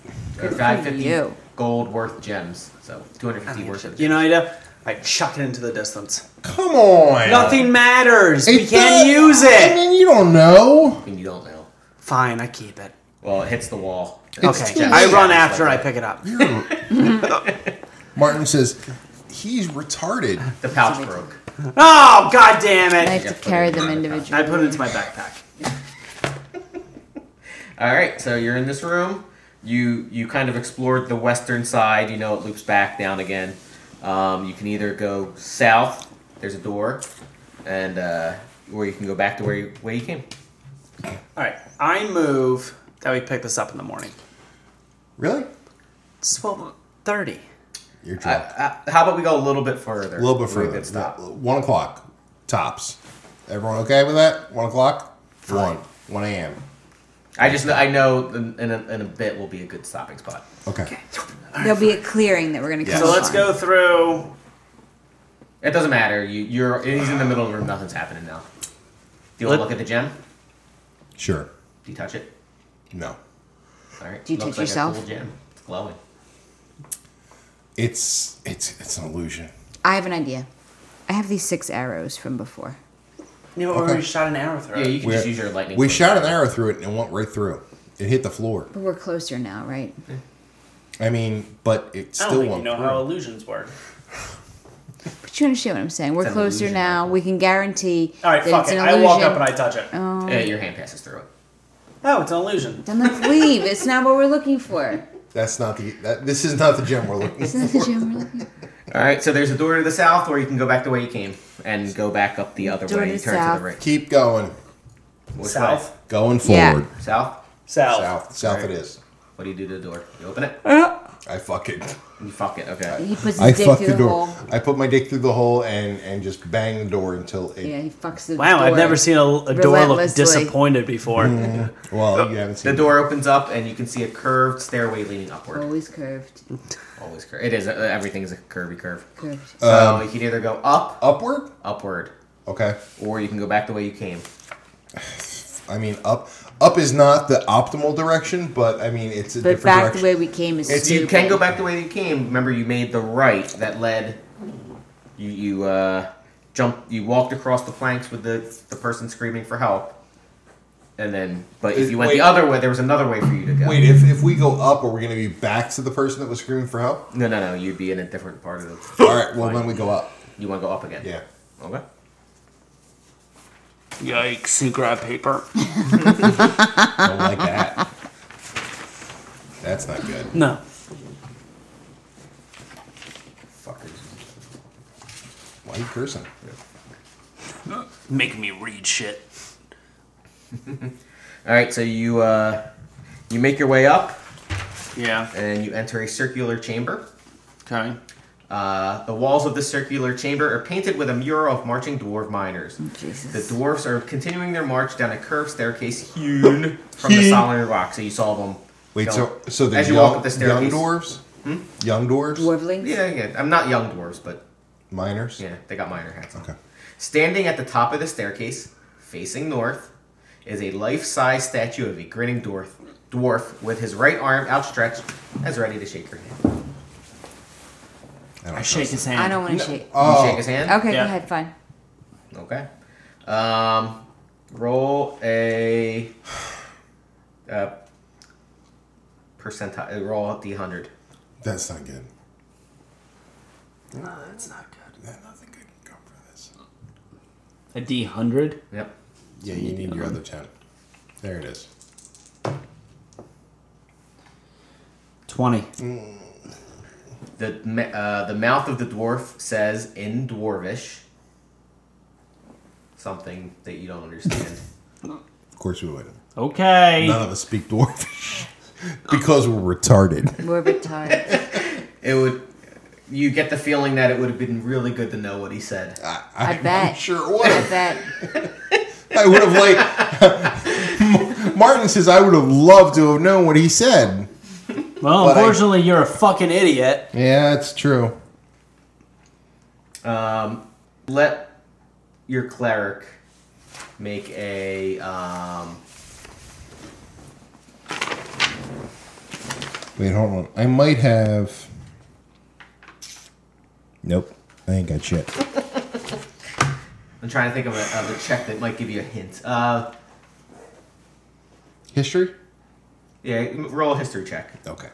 S1: or five fifty
S4: you.
S1: gold worth gems. So two hundred fifty worth of gems.
S3: You know, Ida, I chuck it into the distance.
S2: Come on!
S3: Nothing matters. we
S2: It does-
S3: can't use
S2: I
S3: it.
S2: mean, you don't know.
S1: I mean, you don't know.
S3: Fine, I keep it.
S1: Well, it hits the wall.
S2: It's
S3: Okay,
S2: too
S3: I
S2: late.
S3: run after I pick it up.
S2: Martin says, he's retarded.
S1: The pouch broke.
S3: Oh, god damn
S4: I
S3: it!
S4: have to
S1: Yeah,
S4: carry
S1: put it
S4: them
S1: in the pouch.
S4: individually.
S3: I put it into my backpack.
S1: All right. So you're in this room. You you kind of explored the western side. You know it loops back down again. Um, you can either go south. There's a door, and uh, or you can go back to where you where you came.
S3: All right, I move that we pick this up in the morning.
S2: Really?
S3: It's twelve thirty.
S2: You're
S1: Uh,
S2: drunk.
S1: uh, how about we go a little bit further?
S2: a little bit
S1: Where we
S2: further.
S1: could Stop.
S2: One o'clock. Tops. Everyone okay with that? One o'clock? One. 1 a.m.
S1: I just know, I know in, in, a, in a bit will be a good stopping spot.
S2: Okay.
S4: There'll be a clearing that we're going to
S2: Yeah.
S4: come
S3: So let's
S4: upon.
S3: go through.
S1: It doesn't matter. You, you're he's in the middle of the room. Nothing's happening now. Do you want to
S3: Let-
S1: look at the gem?
S2: Sure.
S1: Do you touch it?
S2: No.
S1: All right.
S4: Do you touch yourself?
S1: A cool gem. It's glowing.
S2: It's it's it's an illusion.
S4: I have an idea. I have these six arrows from before.
S3: You know,
S2: Okay.
S3: or we shot an arrow through.
S1: Yeah,
S3: it.
S1: you can
S2: We're-
S1: just use your lightning.
S2: We
S1: bolt.
S2: shot an arrow through it and it went right through. It hit the floor.
S4: But we're closer now, right?
S2: I mean, but it
S3: I
S2: still
S3: don't think
S2: won't
S3: you know
S2: prove.
S3: how illusions work.
S4: But you understand what I'm saying. We're
S1: It's an
S4: closer
S1: illusion,
S4: now.
S1: Michael.
S4: We can guarantee
S3: All right,
S4: that
S3: fuck
S4: it's
S3: it.
S4: an
S3: I
S4: illusion.
S3: walk up and I touch it.
S4: Oh.
S1: Yeah, Uh, your hand passes through it.
S3: Oh, it's an illusion.
S4: I'm like, leave. It's not what we're looking for.
S2: That's not the. That, this is not the gem we're
S4: *laughs*
S2: looking
S4: It's not the
S2: for.
S4: gem we're looking for.
S1: All right, so there's a door to the south, or you can go back the way you came and go back up the other
S4: Door
S1: way.
S4: to
S1: You turn to
S4: south.
S1: the right.
S2: Keep going.
S1: Which
S3: South.
S1: way?
S2: Going
S4: Yeah.
S2: forward.
S1: South.
S3: South.
S2: South. South it
S1: Alright.
S2: is.
S1: What do you do to the door? You open it.
S2: I fuck it.
S1: You fuck it. Uh. Okay.
S4: He puts his
S2: I
S4: dick
S2: fuck
S4: through
S2: the
S4: the,
S2: door.
S4: hole.
S2: I put my dick through the hole and and just bang the door until it.
S4: Yeah, he fucks the
S5: Wow,
S4: door.
S5: I've never seen a, a door look
S4: Relentlessly.
S5: disappointed before.
S2: Mm. Well, you haven't seen
S1: The door opens up, and you can see a curved stairway leading upward.
S4: Always curved.
S1: Always curved. It is. uh, Everything is a curvy curve. Um.
S4: Curved.
S1: So you can either go up,
S2: upward.
S1: upward,
S2: Okay.
S1: or you can go back the way you came.
S2: I mean, up. Up is not the optimal direction, but I mean, it's a
S4: But
S2: different
S4: back
S2: direction.
S4: the way we came is
S2: It's-
S1: So you
S4: stupid.
S1: can go back the way you came. Remember, you made the right that led. You you uh, jumped. You walked across the planks with the the person screaming for help, and then. But if
S2: Uh,
S1: you went
S2: wait.
S1: the other way, there was another way for you to go.
S2: Wait, if, if we go up, are we going to be back to the person that was screaming for help?
S1: No, no, no. You'd be in a different part of the.
S2: All right, well, then we go up.
S1: You want to go up again?
S2: Yeah.
S1: Okay.
S5: Yikes, you grab paper.
S2: Don't like that. That's not good.
S5: No.
S1: Fuckers.
S2: Why are you cursing?
S5: Make me read shit.
S1: All right. So you uh, you make your way up,
S5: Yeah.
S1: and you enter a circular chamber.
S5: Okay.
S1: Uh, the walls of the circular chamber are painted with a mural of marching dwarf miners.
S4: Jesus.
S1: The dwarfs are continuing their march down a curved staircase hewn from the solid rock. So you saw them.
S2: Wait,
S1: go-
S2: so so the
S1: as you
S2: young,
S1: walk up the
S2: young
S1: staircase. Hmm?
S2: dwarves? Young dwarves?
S4: Dwarvelings?
S1: Yeah, yeah. I'm not young dwarves, but
S2: Miners?
S1: yeah, they got miner hats on.
S2: Okay.
S1: Standing at the top of the staircase, facing north, is a life-size statue of a grinning dwarf, dwarf with his right arm outstretched, as ready to shake your hand.
S2: I don't
S5: I
S2: know.
S5: shake his hand.
S4: I don't want to shake.
S1: You
S2: Oh,
S1: shake his hand.
S4: Okay,
S5: Yeah.
S4: go ahead. Fine.
S1: Okay. Um, roll a uh, percentile. Roll a d100.
S2: that's not good.
S5: No, that's not good.
S2: Yeah, Nothing good can come from this.
S5: A D hundred.
S1: Yep.
S2: Yeah, you need your other 10. There it is.
S5: Twenty.
S1: The ma- uh, the mouth of the dwarf says in dwarvish something that you don't understand.
S2: Of course we would.
S5: Okay.
S2: None of us speak dwarfish *laughs* because we're retarded.
S4: We're retarded.
S1: it would. You get the feeling that it would have been really good to know what he said.
S2: I, I,
S4: I bet.
S2: am sure it would
S4: I
S2: have.
S4: bet.
S2: I would have like *laughs* Martin says I would have loved to have known what he said.
S5: well,
S2: but I-
S5: unfortunately, you're a fucking idiot.
S2: Yeah, it's true.
S1: Um, let your cleric make a um,
S2: Wait, hold on. I might have Nope. I ain't got shit.
S1: I'm trying to think of a, of a check that might give you a hint. Uh,
S2: History?
S1: yeah, m- roll a history check.
S2: Okay.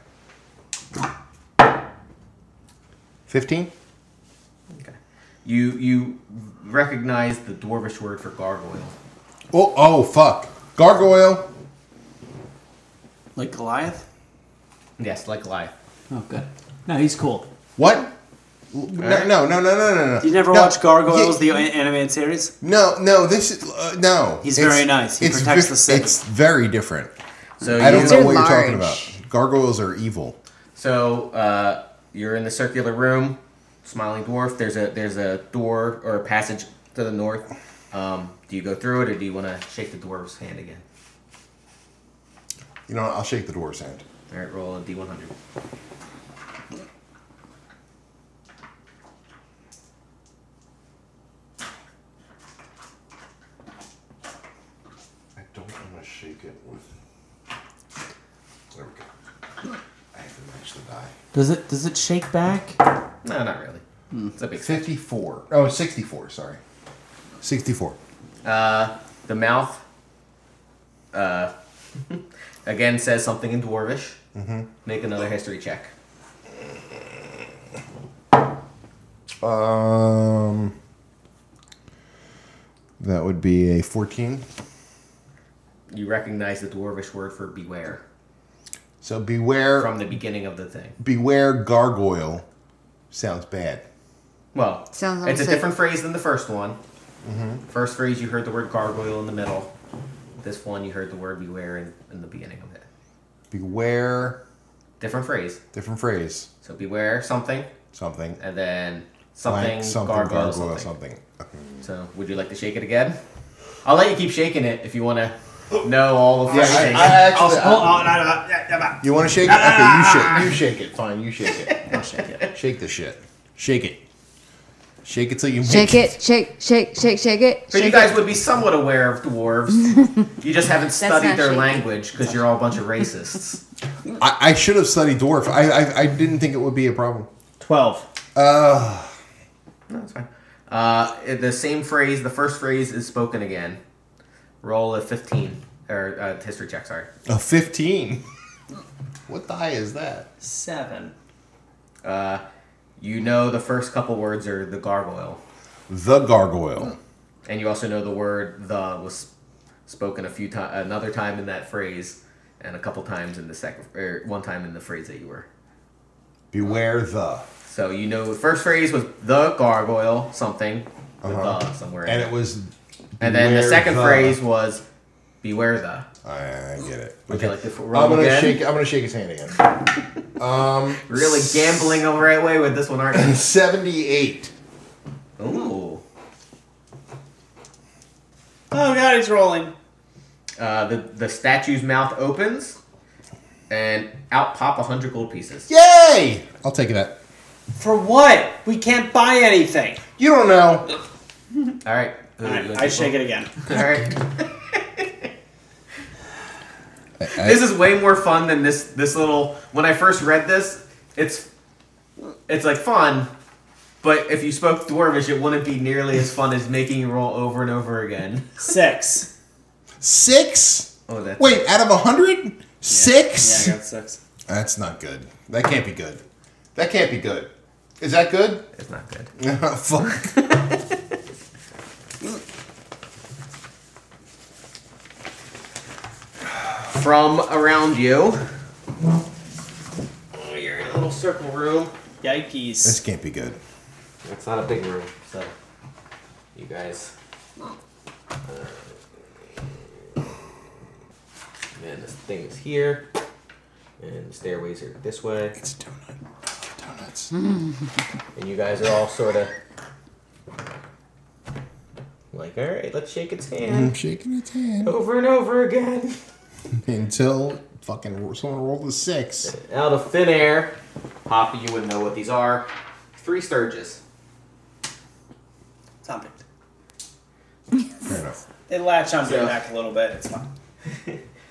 S2: Fifteen?
S1: Okay. You you recognize the dwarvish word for gargoyle.
S2: Oh oh fuck. Gargoyle.
S5: Like Goliath.
S1: Yes, like Goliath.
S5: Oh, good. No, he's cool.
S2: What? No, no, no, no, no, no, no.
S5: You never
S2: no,
S5: watched Gargoyles,
S2: ye-
S5: the an- animated series?
S2: No, no, this is uh, no.
S5: He's
S2: It's-
S5: very nice. He
S2: it's
S5: protects
S2: ve-
S5: the sick.
S2: It's very different.
S1: So
S2: I
S1: you-
S2: don't
S4: These
S2: know
S4: are
S2: what you're talking
S4: large.
S2: about. Gargoyles are evil.
S1: So uh, you're in the circular room, smiling dwarf. There's a there's a door or a passage to the north. Um, do you go through it, or do you want to shake the dwarf's hand again?
S2: You know, what? I'll shake the door's hand.
S1: All right, roll a d100.
S2: I don't want to shake it with. There we go. I have to match the die.
S5: Does it? Does it shake back?
S1: No, not really.
S2: Hmm.
S1: It's a big.
S2: 54. Oh, 64, sorry. 64.
S1: Uh, the mouth *laughs*
S2: Mm-hmm.
S1: uh, again says something in dwarvish. Make another history check.
S2: Um, that would be a 14.
S1: You recognize the dwarvish word for beware
S2: So beware,
S1: from the beginning of the thing.
S2: beware gargoyle. Sounds bad.
S1: Well,
S4: Sounds
S1: it's
S4: almost
S1: a
S4: like-
S1: different phrase than the first one.
S2: Mm-hmm.
S1: First phrase, you heard the word gargoyle in the middle. This one, you heard the word beware in, in the beginning of it.
S2: Beware,
S1: Different phrase.
S2: different phrase,
S1: So beware something,
S2: something.
S1: and then something,
S2: Blank, something,
S1: gargoyle,
S2: gargoyle,
S1: something.
S2: something.
S1: So, would you like to shake it again? I'll let you keep shaking it if you want to know all of the things.
S2: actually,
S3: Hold on, I- I- I- I-
S2: you want to shake it? Okay, you
S3: *laughs*
S2: shake. You shake it. Fine, you shake it. I'll shake it. Shake the shit. Shake it. Shake it till you
S4: Shake
S2: make
S4: it, shake, shake, shake, shake it.
S1: But you
S4: shake
S1: guys
S4: it.
S1: would be somewhat aware of dwarves. you just haven't studied
S4: not
S1: their
S4: shaking.
S1: language because you're all a bunch of racists.
S2: I, I should have studied dwarf. I, I I didn't think it would be a problem. Uh,
S6: 12.
S1: no, that's fine. Uh, it- the same phrase, the first phrase is spoken again. Roll a 15, or uh, history check, sorry.
S2: A fifteen. *laughs* what the high is that?
S3: Seven.
S1: Uh, you know the first couple words are the gargoyle.
S2: The gargoyle.
S1: And you also know the word the was spoken a few time, another time in that phrase, and a couple times in the second, or one time in the phrase that you were.
S2: Beware the.
S1: So you know the first phrase was the gargoyle something, with the somewhere, in
S2: Uh-huh. And
S1: it.
S2: it was.
S1: and then the
S2: beware
S1: second phrase was beware the.
S2: I, I get it.
S1: Would you like to f- roll
S2: I'm gonna
S1: again?
S2: shake. I'm gonna shake his hand again. Um,
S1: Really gambling the right way with this one, aren't
S2: *coughs*
S1: you?
S2: Seventy-eight.
S1: Ooh.
S3: Oh god, he's rolling.
S1: Uh, the the statue's mouth opens, and out pop a hundred gold pieces.
S2: Yay! I'll take that.
S3: For what? We can't buy anything.
S2: You don't know.
S1: All right. Who-
S3: All
S1: you
S3: right,
S1: wanna
S3: I
S1: take
S3: shake
S1: one?
S3: it again.
S1: All right.
S2: I-
S1: this is way more fun than this this little when i first read this it's it's like fun but if you spoke dwarvish it wouldn't be nearly as fun as making you roll over and over again
S3: Six.
S2: Six.
S1: oh that's
S2: Wait, out of a hundred, six.
S3: *laughs* Yeah, I got six.
S2: That's not good. That can't be good. That can't be good. Is that good? *laughs*
S1: it's not good
S2: Fuck.
S1: from around you Oh, you're in a little circle room
S2: this
S3: Yikes.
S2: can't be good.
S1: it's not a big room so you guys Man, this thing is here, and the stairways are this way.
S2: It's a donut. Donuts.
S1: And you guys are all sort of like, all right, let's shake its hand
S2: I'm shaking its hand
S1: Mm-hmm. over and over again.
S2: until fucking someone rolled a six.
S1: *laughs* Out of thin air, Poppy, you would know what these are. Three Sturges.
S3: Stop it.
S2: Fair enough.
S3: They latch onto your
S1: So-
S3: neck a little bit. It's fine.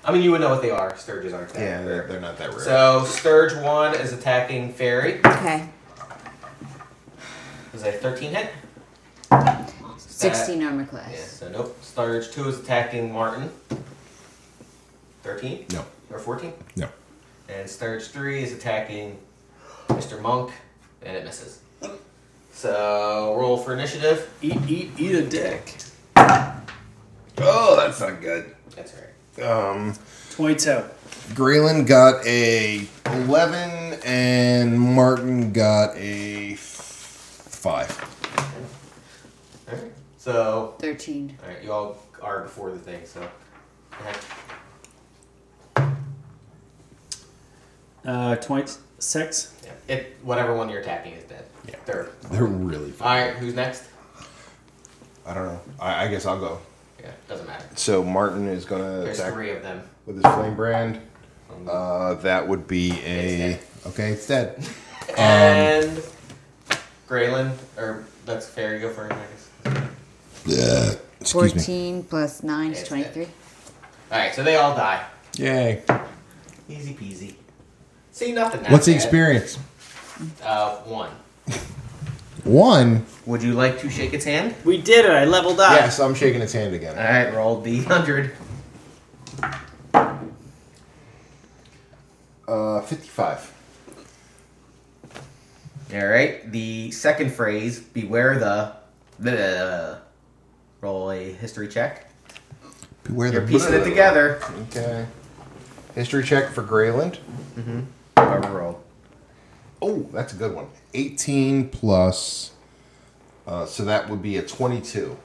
S1: I mean, you would know what they are. Sturges aren't that
S2: Yeah,
S1: rare.
S2: they're, they're not that rare.
S1: So, Sturge 1 is attacking Fairy.
S4: Okay,
S1: Is that 13 hit?
S4: 16 armor
S1: Yeah,
S4: class.
S1: so nope. Sturge 2 is attacking Martin. 13?
S2: no,
S1: Or 14?
S2: no.
S1: And Sturge 3 is attacking Mr. Monk, and it misses. So roll for initiative.
S3: Eat, eat, eat a dick.
S2: Oh, that's not good.
S1: That's right.
S2: Um,
S3: 22.
S2: Graylin got a eleven, and Martin got a f- five.
S1: Alright. So
S4: 13.
S1: alright, you all are before the thing, so Okay.
S3: Uh, 26.
S1: yeah. it whatever one you're attacking is dead.
S2: Yeah.
S1: Third.
S2: They're really. Fun.
S1: Alright, who's next?
S2: I don't know. I, I guess I'll go.
S1: Yeah, doesn't matter.
S2: So Martin is gonna
S1: There's
S2: attack
S1: three of them.
S2: with his flame brand.
S1: Um,
S2: Uh, that would be a
S1: It's
S2: okay. It's *laughs* dead.
S1: and Graylin, or that's fair, you go for him, I guess.
S2: Bleh. Excuse me.
S4: 14 plus 9 is
S1: Yes,
S4: 23.
S1: Alright, so they all die.
S2: Yay!
S1: Easy peasy. See nothing. that
S2: What's the
S1: bad.
S2: experience?
S1: Uh one.
S2: One.
S1: Would you like to shake its hand?
S3: We did it. I leveled up.
S2: Yes, I'm shaking his hand again.
S1: Alright, roll D100.
S2: Uh, fifty-five.
S1: All right. The second phrase, beware the. the roll a history check.
S2: Beware
S1: You're piecing it together.
S2: Okay. History check for Grayland.
S1: However, roll.
S2: Oh, that's a good one. 18 plus. Uh, so that would be a 22.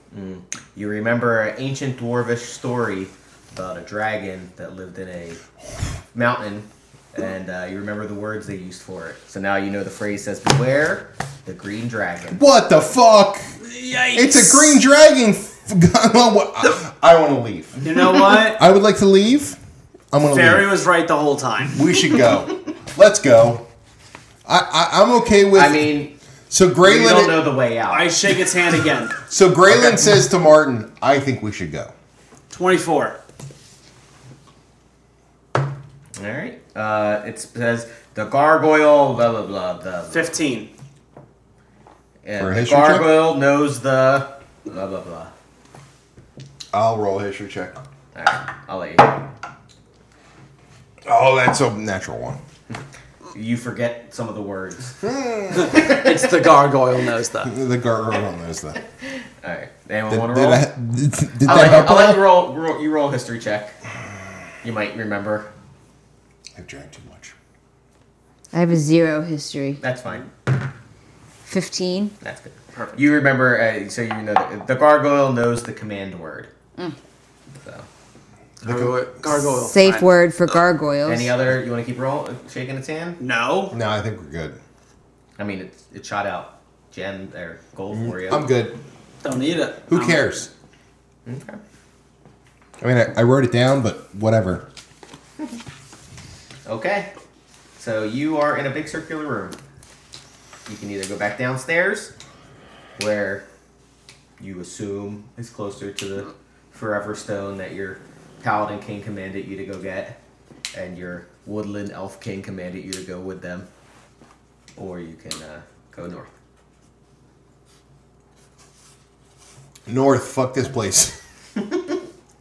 S1: You remember an ancient dwarvish story about a dragon that lived in a mountain, and uh, you remember the words they used for it. So now you know the phrase says, Beware the green dragon.
S2: What the fuck? It's a green dragon. f- *laughs* Well, what- I, want to leave.
S5: You know
S2: *laughs*
S5: what?
S2: I would like to leave. I'm going to
S5: Barry
S2: leave.
S5: was right the whole time.
S2: We
S1: *laughs*
S2: should go. Let's go. I, I, I'm okay with.
S1: I mean,
S2: so
S1: you
S2: Grayland.
S1: don't know the way out.
S5: I shake its hand again.
S2: So Grayland says to Martin, "I think we should go."
S5: 24.
S1: All right. Uh, it says the gargoyle, blah blah blah. The,
S5: 15.
S2: For a
S1: and the
S2: history check?
S1: gargoyle knows the blah blah blah.
S2: I'll roll a history check.
S1: All right, I'll let you.
S2: Oh, that's a natural one.
S1: You forget some of the words.
S5: It's the gargoyle knows that.
S2: The gargoyle
S1: *laughs*
S2: knows that.
S1: All right. Anyone
S2: Did,
S1: want
S2: did
S1: to roll?
S2: I, did, did
S1: I'll
S2: that
S1: let,
S2: help
S1: I'll let
S2: at
S1: you roll,
S2: all?
S1: roll. You roll a history check. You might remember.
S2: I've drank too much.
S4: I have a zero history.
S1: That's fine.
S4: 15.
S1: That's good. Perfect. You remember, uh, so you know the, the gargoyle knows the command word. So,
S5: Gargoyle. gargoyle.
S4: Safe
S5: Fine.
S4: word for gargoyles.
S1: any other? You want to keep roll shaking its hand?
S5: No.
S2: No, I think we're good.
S1: I mean, it, it shot out gem or gold for you.
S2: Mm, I'm good.
S5: Don't need it.
S2: Who
S5: Um,
S2: cares?
S1: Okay.
S2: I mean, I, I wrote it down, but whatever.
S1: Okay. So you are in a big circular room. You can either go back downstairs, where you assume is closer to the Forever Stone that your Paladin King commanded you to go get, and your Woodland Elf King commanded you to go with them, or you can uh, go north.
S2: North, fuck
S1: *laughs*
S2: this place.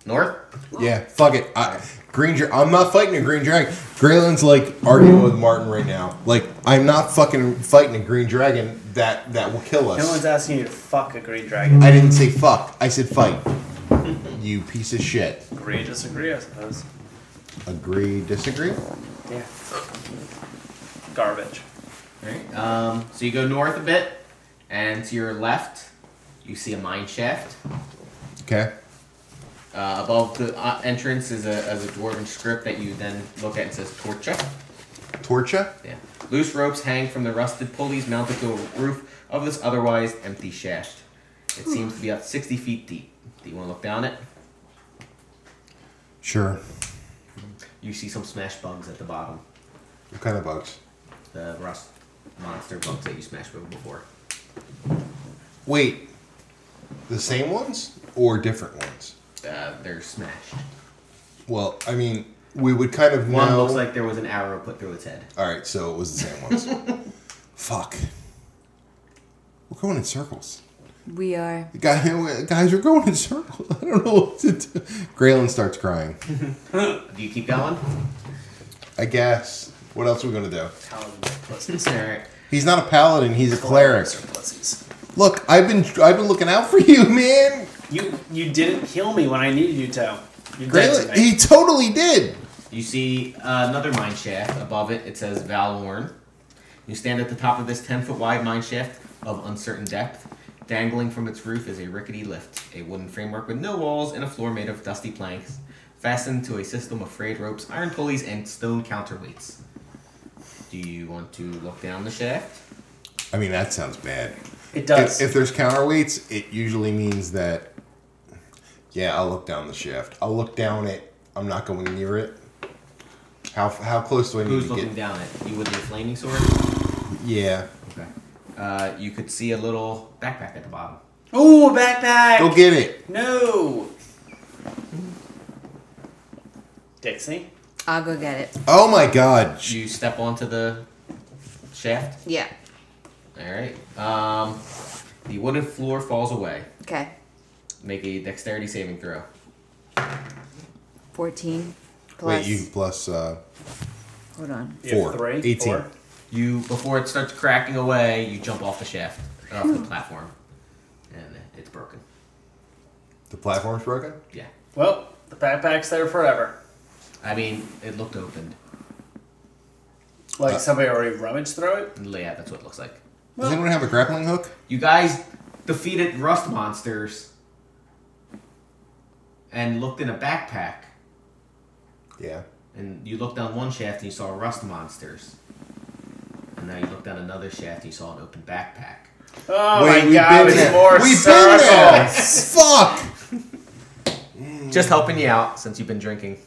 S1: North?
S2: Yeah, fuck it. I, green, dra- I'm not fighting a green dragon. Grayland's like arguing with Martin right now. Like, I'm not fucking fighting a green dragon that that will kill us.
S3: No one's asking you to fuck a green dragon.
S2: I didn't say fuck. I said fight. You piece of shit.
S3: Agree, disagree, I suppose.
S2: Agree, disagree?
S3: Yeah. Garbage.
S1: Alright. Um, so you go north a bit, and to your left, you see a mine shaft.
S2: Okay.
S1: Uh, above the uh, entrance is a, is a dwarven script that you then look at and says torture.
S2: Torcha?
S1: Yeah. Loose ropes hang from the rusted pulleys mounted to the roof of this otherwise empty shaft. It seems to be up 60 feet deep. Do you want to look down it?
S2: Sure.
S1: You see some smash bugs at the bottom.
S2: What kind of bugs?
S1: The rust monster bugs that you smashed with before.
S2: Wait. The same ones or different ones?
S1: Uh, they're smashed.
S2: Well, I mean, we would kind of
S1: One
S2: know.
S1: looks like there was an arrow put through its head.
S2: All right, so it was the same ones.
S1: *laughs*
S2: Fuck. We're going in circles.
S4: We are.
S2: Guy- *laughs* Guys, we're going in circles. *laughs* I don't know what to do. Graylin starts crying.
S1: Do you keep going?
S2: I guess. What else are we going to do?
S5: Paladin pussies.
S1: Alright.
S2: He's not a paladin. He's a cleric.
S5: Paladins are pussies.
S2: Look, I've been I've been looking out for you, *laughs* man.
S3: You you didn't kill me when I needed you to. You did.
S2: Graylin, he totally did.
S1: You see uh, another mine shaft. Above it, it says Valorn. You stand at the top of this 10 foot wide mine shaft of uncertain depth. Dangling from its roof is a rickety lift, a wooden framework with no walls and a floor made of dusty planks, fastened to a system of frayed ropes, iron pulleys, and stone counterweights. Do you want to look down the shaft?
S2: I mean, that sounds bad.
S3: It
S2: If,
S3: does.
S2: if there's counterweights, it usually means that. Yeah, I'll look down the shaft. I'll look down it. I'm not going near it. How how close do I need
S1: Who's
S2: to
S1: looking
S2: get?
S1: down it? You with your flaming sword?
S2: Yeah,
S1: Okay. Uh, you could see a little backpack at the bottom.
S3: Ooh, a backpack.
S2: go get it.
S3: No. Dixie.
S4: I'll go get it.
S2: Oh my god! Sh-
S1: You step onto the shaft.
S4: Yeah.
S1: All right. Um, the wooden floor falls away.
S4: Okay.
S1: Make a dexterity saving throw.
S4: 14
S2: Wait,
S4: plus.
S2: you plus uh,
S4: Hold on.
S3: You have
S2: four.
S3: Three.
S2: 18.
S3: Four.
S1: you before it starts cracking away, you jump off the shaft, off the platform, and it's broken.
S2: The platform's broken.
S1: Yeah,
S3: Well, the backpack's there forever.
S1: I mean it looked opened.
S3: Like
S2: Uh,
S3: somebody already rummaged through it.
S1: Yeah, that's what it looks like.
S2: Does anyone have a grappling hook?
S1: You guys defeated rust monsters and looked in a backpack,
S2: Yeah.
S1: and you looked down one shaft and you saw rust monsters, and now you look down another shaft and you saw an open backpack.
S3: Oh
S2: Wait,
S3: my
S2: we've
S3: god,
S2: been
S3: it's
S2: there.
S3: more
S2: We've been there.
S3: circles.
S2: Fuck.
S1: Just helping you out since you've been drinking.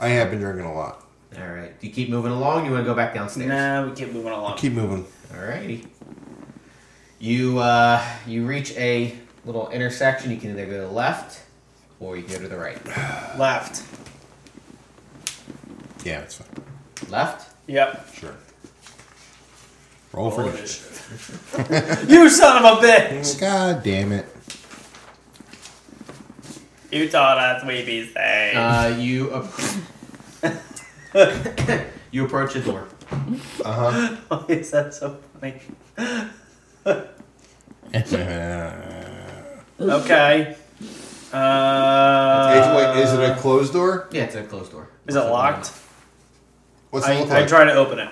S2: I have been drinking a lot.
S1: All right. Do you keep moving along? You want to go back downstairs?
S3: Nah, we keep moving along.
S2: Keep moving.
S1: Alrighty. You uh, you reach a little intersection. You can either go to the left or you can go to the right.
S3: Left.
S2: Yeah, it's fine.
S1: Left.
S3: Yep.
S2: Sure. Roll for initiative.
S3: *laughs* you son of a
S2: *laughs*
S3: bitch!
S2: God damn it.
S3: You taught us we'd be safe.
S1: Uh, you ap- *coughs* you approach a door.
S2: *laughs* Uh
S3: *laughs* Why is that so funny? Uh,
S2: huh.
S3: Okay. Uh,
S2: wait, is it a closed door?
S1: Yeah, it's a closed door.
S3: Is it locked?
S2: What's it
S3: I,
S2: look
S3: I
S2: like?
S3: try to open it.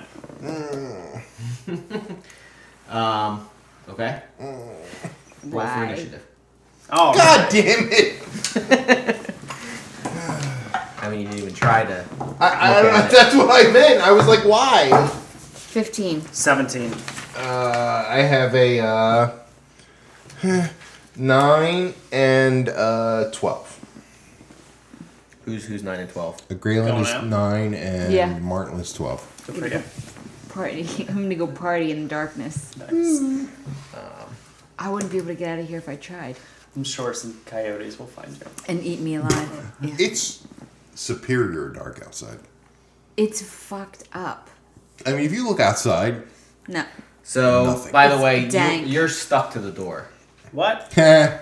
S1: Um. Okay. Roll for
S4: Why?
S1: initiative. *laughs*
S3: Oh,
S2: God damn it!
S1: I mean, you didn't even try to.
S2: I,
S1: Look
S2: I don't
S1: at
S2: know.
S1: it.
S2: That's what I meant. I was like, why?
S4: 15.
S3: 17.
S2: Uh, I have a uh, *sighs* nine and uh, twelve.
S1: Who's who's nine and twelve?
S2: Grayland
S3: Going
S2: is
S3: out?
S2: nine and
S4: Yeah.
S2: Martin is twelve.
S3: Good for you.
S4: Party. *laughs* I'm gonna go party in darkness.
S2: *laughs*
S3: Nice.
S4: I wouldn't be able to get out of here if I tried.
S3: I'm sure some coyotes will find you.
S4: And eat me alive. Yeah.
S2: It's superior dark outside.
S4: *laughs* It's fucked up.
S2: I mean, if you look outside, *laughs*
S4: No.
S1: So,
S2: Nothing.
S1: by the way,
S4: It's
S1: you,
S4: dank.
S1: you're stuck to the door.
S3: What?
S2: heh,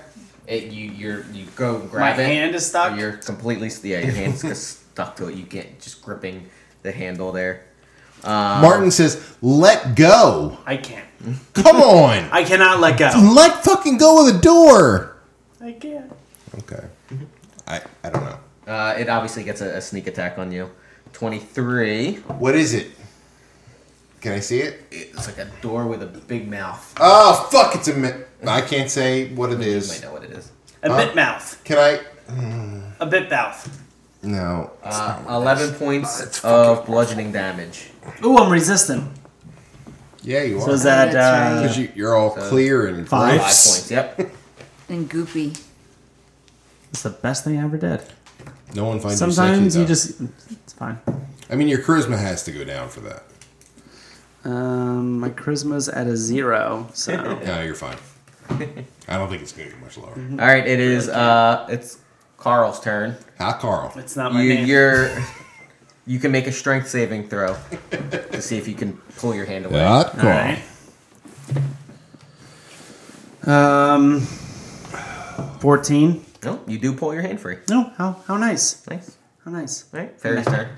S1: It, you you're, you go and grab
S3: My
S1: it.
S3: hand is stuck?
S1: You're completely yeah. Your hand's just *laughs* stuck to it. You can't just gripping the handle there. Um,
S2: Martin says, "Let go.
S3: I can't.
S2: Come
S3: *laughs*
S2: on,
S3: I cannot let go.
S2: let fucking go of the door."
S3: I can't.
S2: Okay. Mm-hmm. I I don't know.
S1: Uh, it obviously gets a, a sneak attack on you. Twenty three.
S2: What is it? Can I see it?
S1: It's like a door with a big mouth.
S2: Oh fuck! It's a. Mi- I can't say what it
S1: You might
S2: is.
S1: know what it is.
S3: A
S2: Huh?
S3: bit mouth.
S2: Can I?
S3: A bit mouth.
S2: No. it's
S1: Uh,
S2: not what it
S1: Eleven
S2: is.
S1: points of bludgeoning damage.
S3: Ooh, I'm resistant.
S2: Yeah, you are.
S3: So is that,
S4: That's
S3: uh,
S2: Because you, you're all clear and
S1: Five
S6: Five.
S2: gross.
S1: points. Yep.
S4: And goopy.
S3: it's the best thing I ever did.
S2: No one finds
S3: Sometimes you
S2: you sexy, though.
S3: just, it's fine.
S2: I mean, your charisma has to go down for that.
S3: Um, my charisma's at a zero, so.
S2: No, you're fine. I don't think it's going to get much lower.
S3: Mm-hmm.
S1: All right. It is. Uh, it's Carl's turn.
S2: Hi, Carl.
S3: it's not my
S1: You,
S3: name.
S1: you're.
S3: *laughs*
S1: You can make a strength saving throw to see if you can pull your hand away.
S2: Not Carl.
S3: Alright. Um, 14.
S1: No, you do pull your hand free.
S3: No, how, how nice.
S1: Nice.
S3: How nice.
S1: All right, fairy's turn.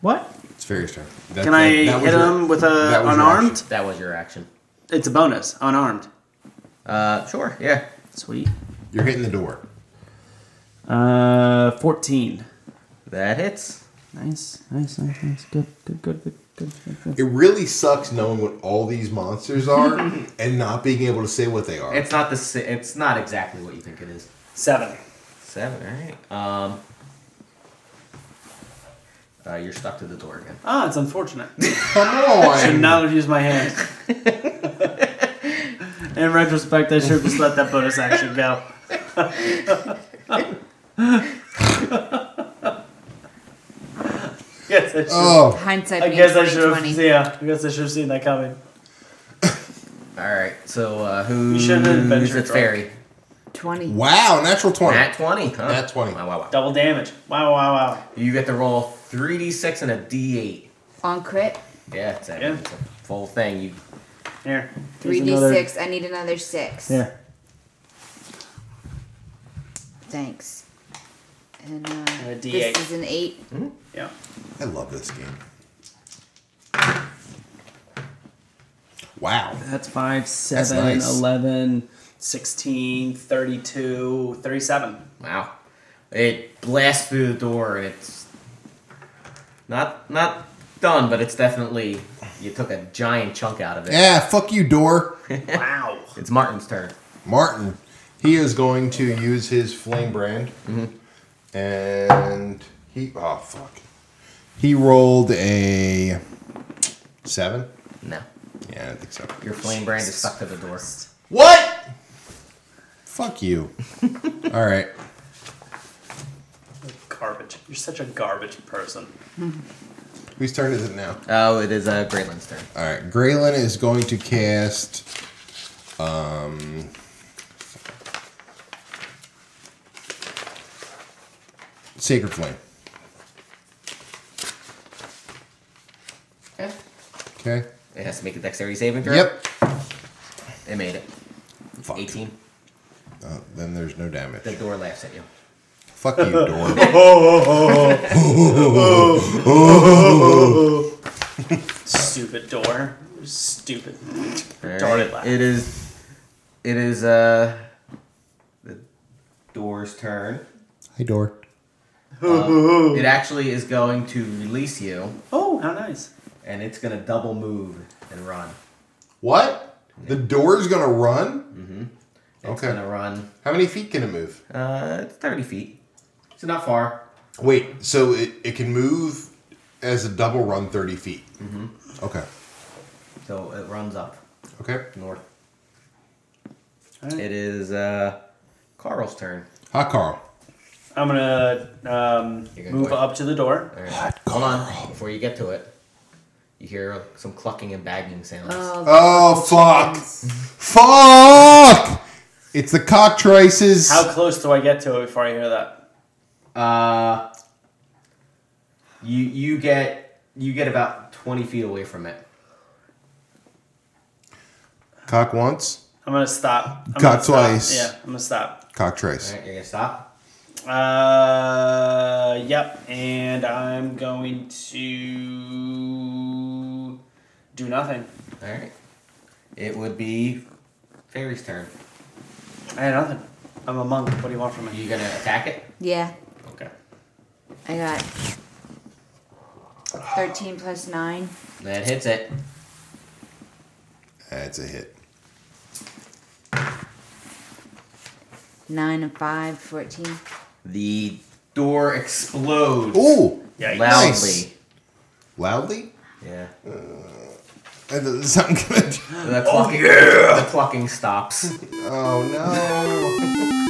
S3: What?
S2: It's Fairy's turn. That-
S3: Can
S2: that-
S3: I
S2: that was
S3: hit
S2: your-
S3: him with a
S2: that was your
S3: unarmed?
S2: action.
S1: That was your action.
S3: It's a bonus, unarmed.
S1: Uh, sure. Yeah.
S3: Sweet.
S2: You're hitting the door.
S3: Uh, 14.
S1: That hits.
S3: Nice, nice, nice, nice. Good, good, good, good, good, good. good.
S2: It really sucks knowing what all these monsters
S3: *laughs*
S2: are and not being able to say what they are.
S1: It's not the. si- It's not exactly what you think it is.
S3: Seven.
S1: Seven. All right. Um. Uh, you're stuck to the door again.
S3: Ah, it's unfortunate.
S2: Come
S3: should
S2: on.
S3: not have used my *laughs* hand. In retrospect, I should have just let that bonus action go. *laughs* yes, I should.
S2: Oh,
S4: Hindsight
S3: I
S4: being
S3: guess I should have.
S4: 2020.
S3: Yeah, I guess I should have seen that coming.
S1: All right. So uh, who?
S3: You shouldn't have been
S1: Who's
S3: your
S1: the
S3: drunk.
S1: fairy?
S4: 20.
S2: wow. Natural 20.
S1: Nat twenty. Huh?
S2: Nat 20.
S1: Wow, wow, wow.
S3: Double damage. Wow! Wow! Wow!
S1: You get to roll three d six and a d eight.
S4: On crit,
S1: Yeah, it's a,
S3: Yeah.
S1: it's a full thing. You
S3: Here. here's another-
S4: 3d6. I need another 6.
S3: Here.
S4: Thanks. And uh,
S3: a D8.
S4: this is an 8.
S3: Yeah.
S2: I love this game. Wow.
S3: That's 5, 7,
S2: nice.
S3: 11, 16, 32, 37.
S1: Wow. It blasts through the door. It's not not done, but it's definitely you took a giant chunk out of it.
S2: Yeah, fuck you, door.
S3: Wow.
S1: It's Martin's turn.
S2: Martin, he is going to use his flame brand,
S1: Mm-hmm.
S2: and he oh fuck, he rolled a seven.
S1: No.
S2: Yeah, I don't think so.
S1: Your flame brand is stuck to the door.
S2: What? Fuck you. *laughs* All right.
S3: Garbage. You're such a garbage person.
S2: Whose turn is it now?
S1: Oh, it is uh, Grayland's turn.
S2: All right. Graylin is going to cast. Um, Sacred Flame.
S1: Okay.
S2: Okay.
S1: It has to make a dexterity saving throw.
S2: Yep.
S1: It made it.
S2: Fuck.
S1: 18.
S2: Uh, then there's no damage.
S1: The door laughs at you. *laughs*
S2: Fuck you, door.
S3: Stupid door. Stupid.
S1: All right,
S3: Darn it, laugh.
S1: It is. It is uh, the door's turn.
S2: Hi, door.
S1: It actually is going to release you,
S3: Oh, how nice.
S1: and it's gonna double move and run.
S2: What? The door's gonna run?
S1: It's
S2: Okay.
S1: gonna run.
S2: How many feet can it move?
S1: Uh, it's thirty feet. It's not far.
S2: Wait, so it, it can move as a double run 30 feet. Mm-hmm. Okay.
S1: So it runs up
S2: Okay.
S1: north.
S3: Alright.
S1: It is uh, Carl's turn.
S2: Hi, Carl.
S3: I'm gonna um,
S1: You're gonna
S3: move
S1: play.
S3: up to the door.
S1: All right. Hold on. Before you get to it, you hear some clucking and bagging sounds.
S2: Oh, fuck. Fuck! It's the cockatrices.
S3: How close do I get to it before I hear that?
S1: Uh, you you get you get about twenty feet away from it.
S2: Cock once,
S3: I'm gonna stop. I'm
S2: Got
S3: gonna stop.
S2: twice.
S3: Yeah, I'm gonna stop.
S2: cock trace.
S1: All right, you're gonna stop.
S3: Uh, yep. And I'm going to do nothing.
S1: All right, it would be Fairy's turn.
S3: I had nothing. I'm a monk. What do you want from
S1: Are
S3: me?
S1: you gonna attack it?
S4: Yeah,
S3: Okay.
S4: I got 13 plus 9.
S1: That hits it.
S2: That's a hit.
S4: 9 and 5, 14.
S1: The door explodes
S2: Ooh!
S3: Yeah.
S1: loudly.
S2: nice. Loudly?
S1: Yeah.
S2: That doesn't sound good. *laughs*
S1: The clucking, oh, yeah. The clucking stops.
S2: Oh, no.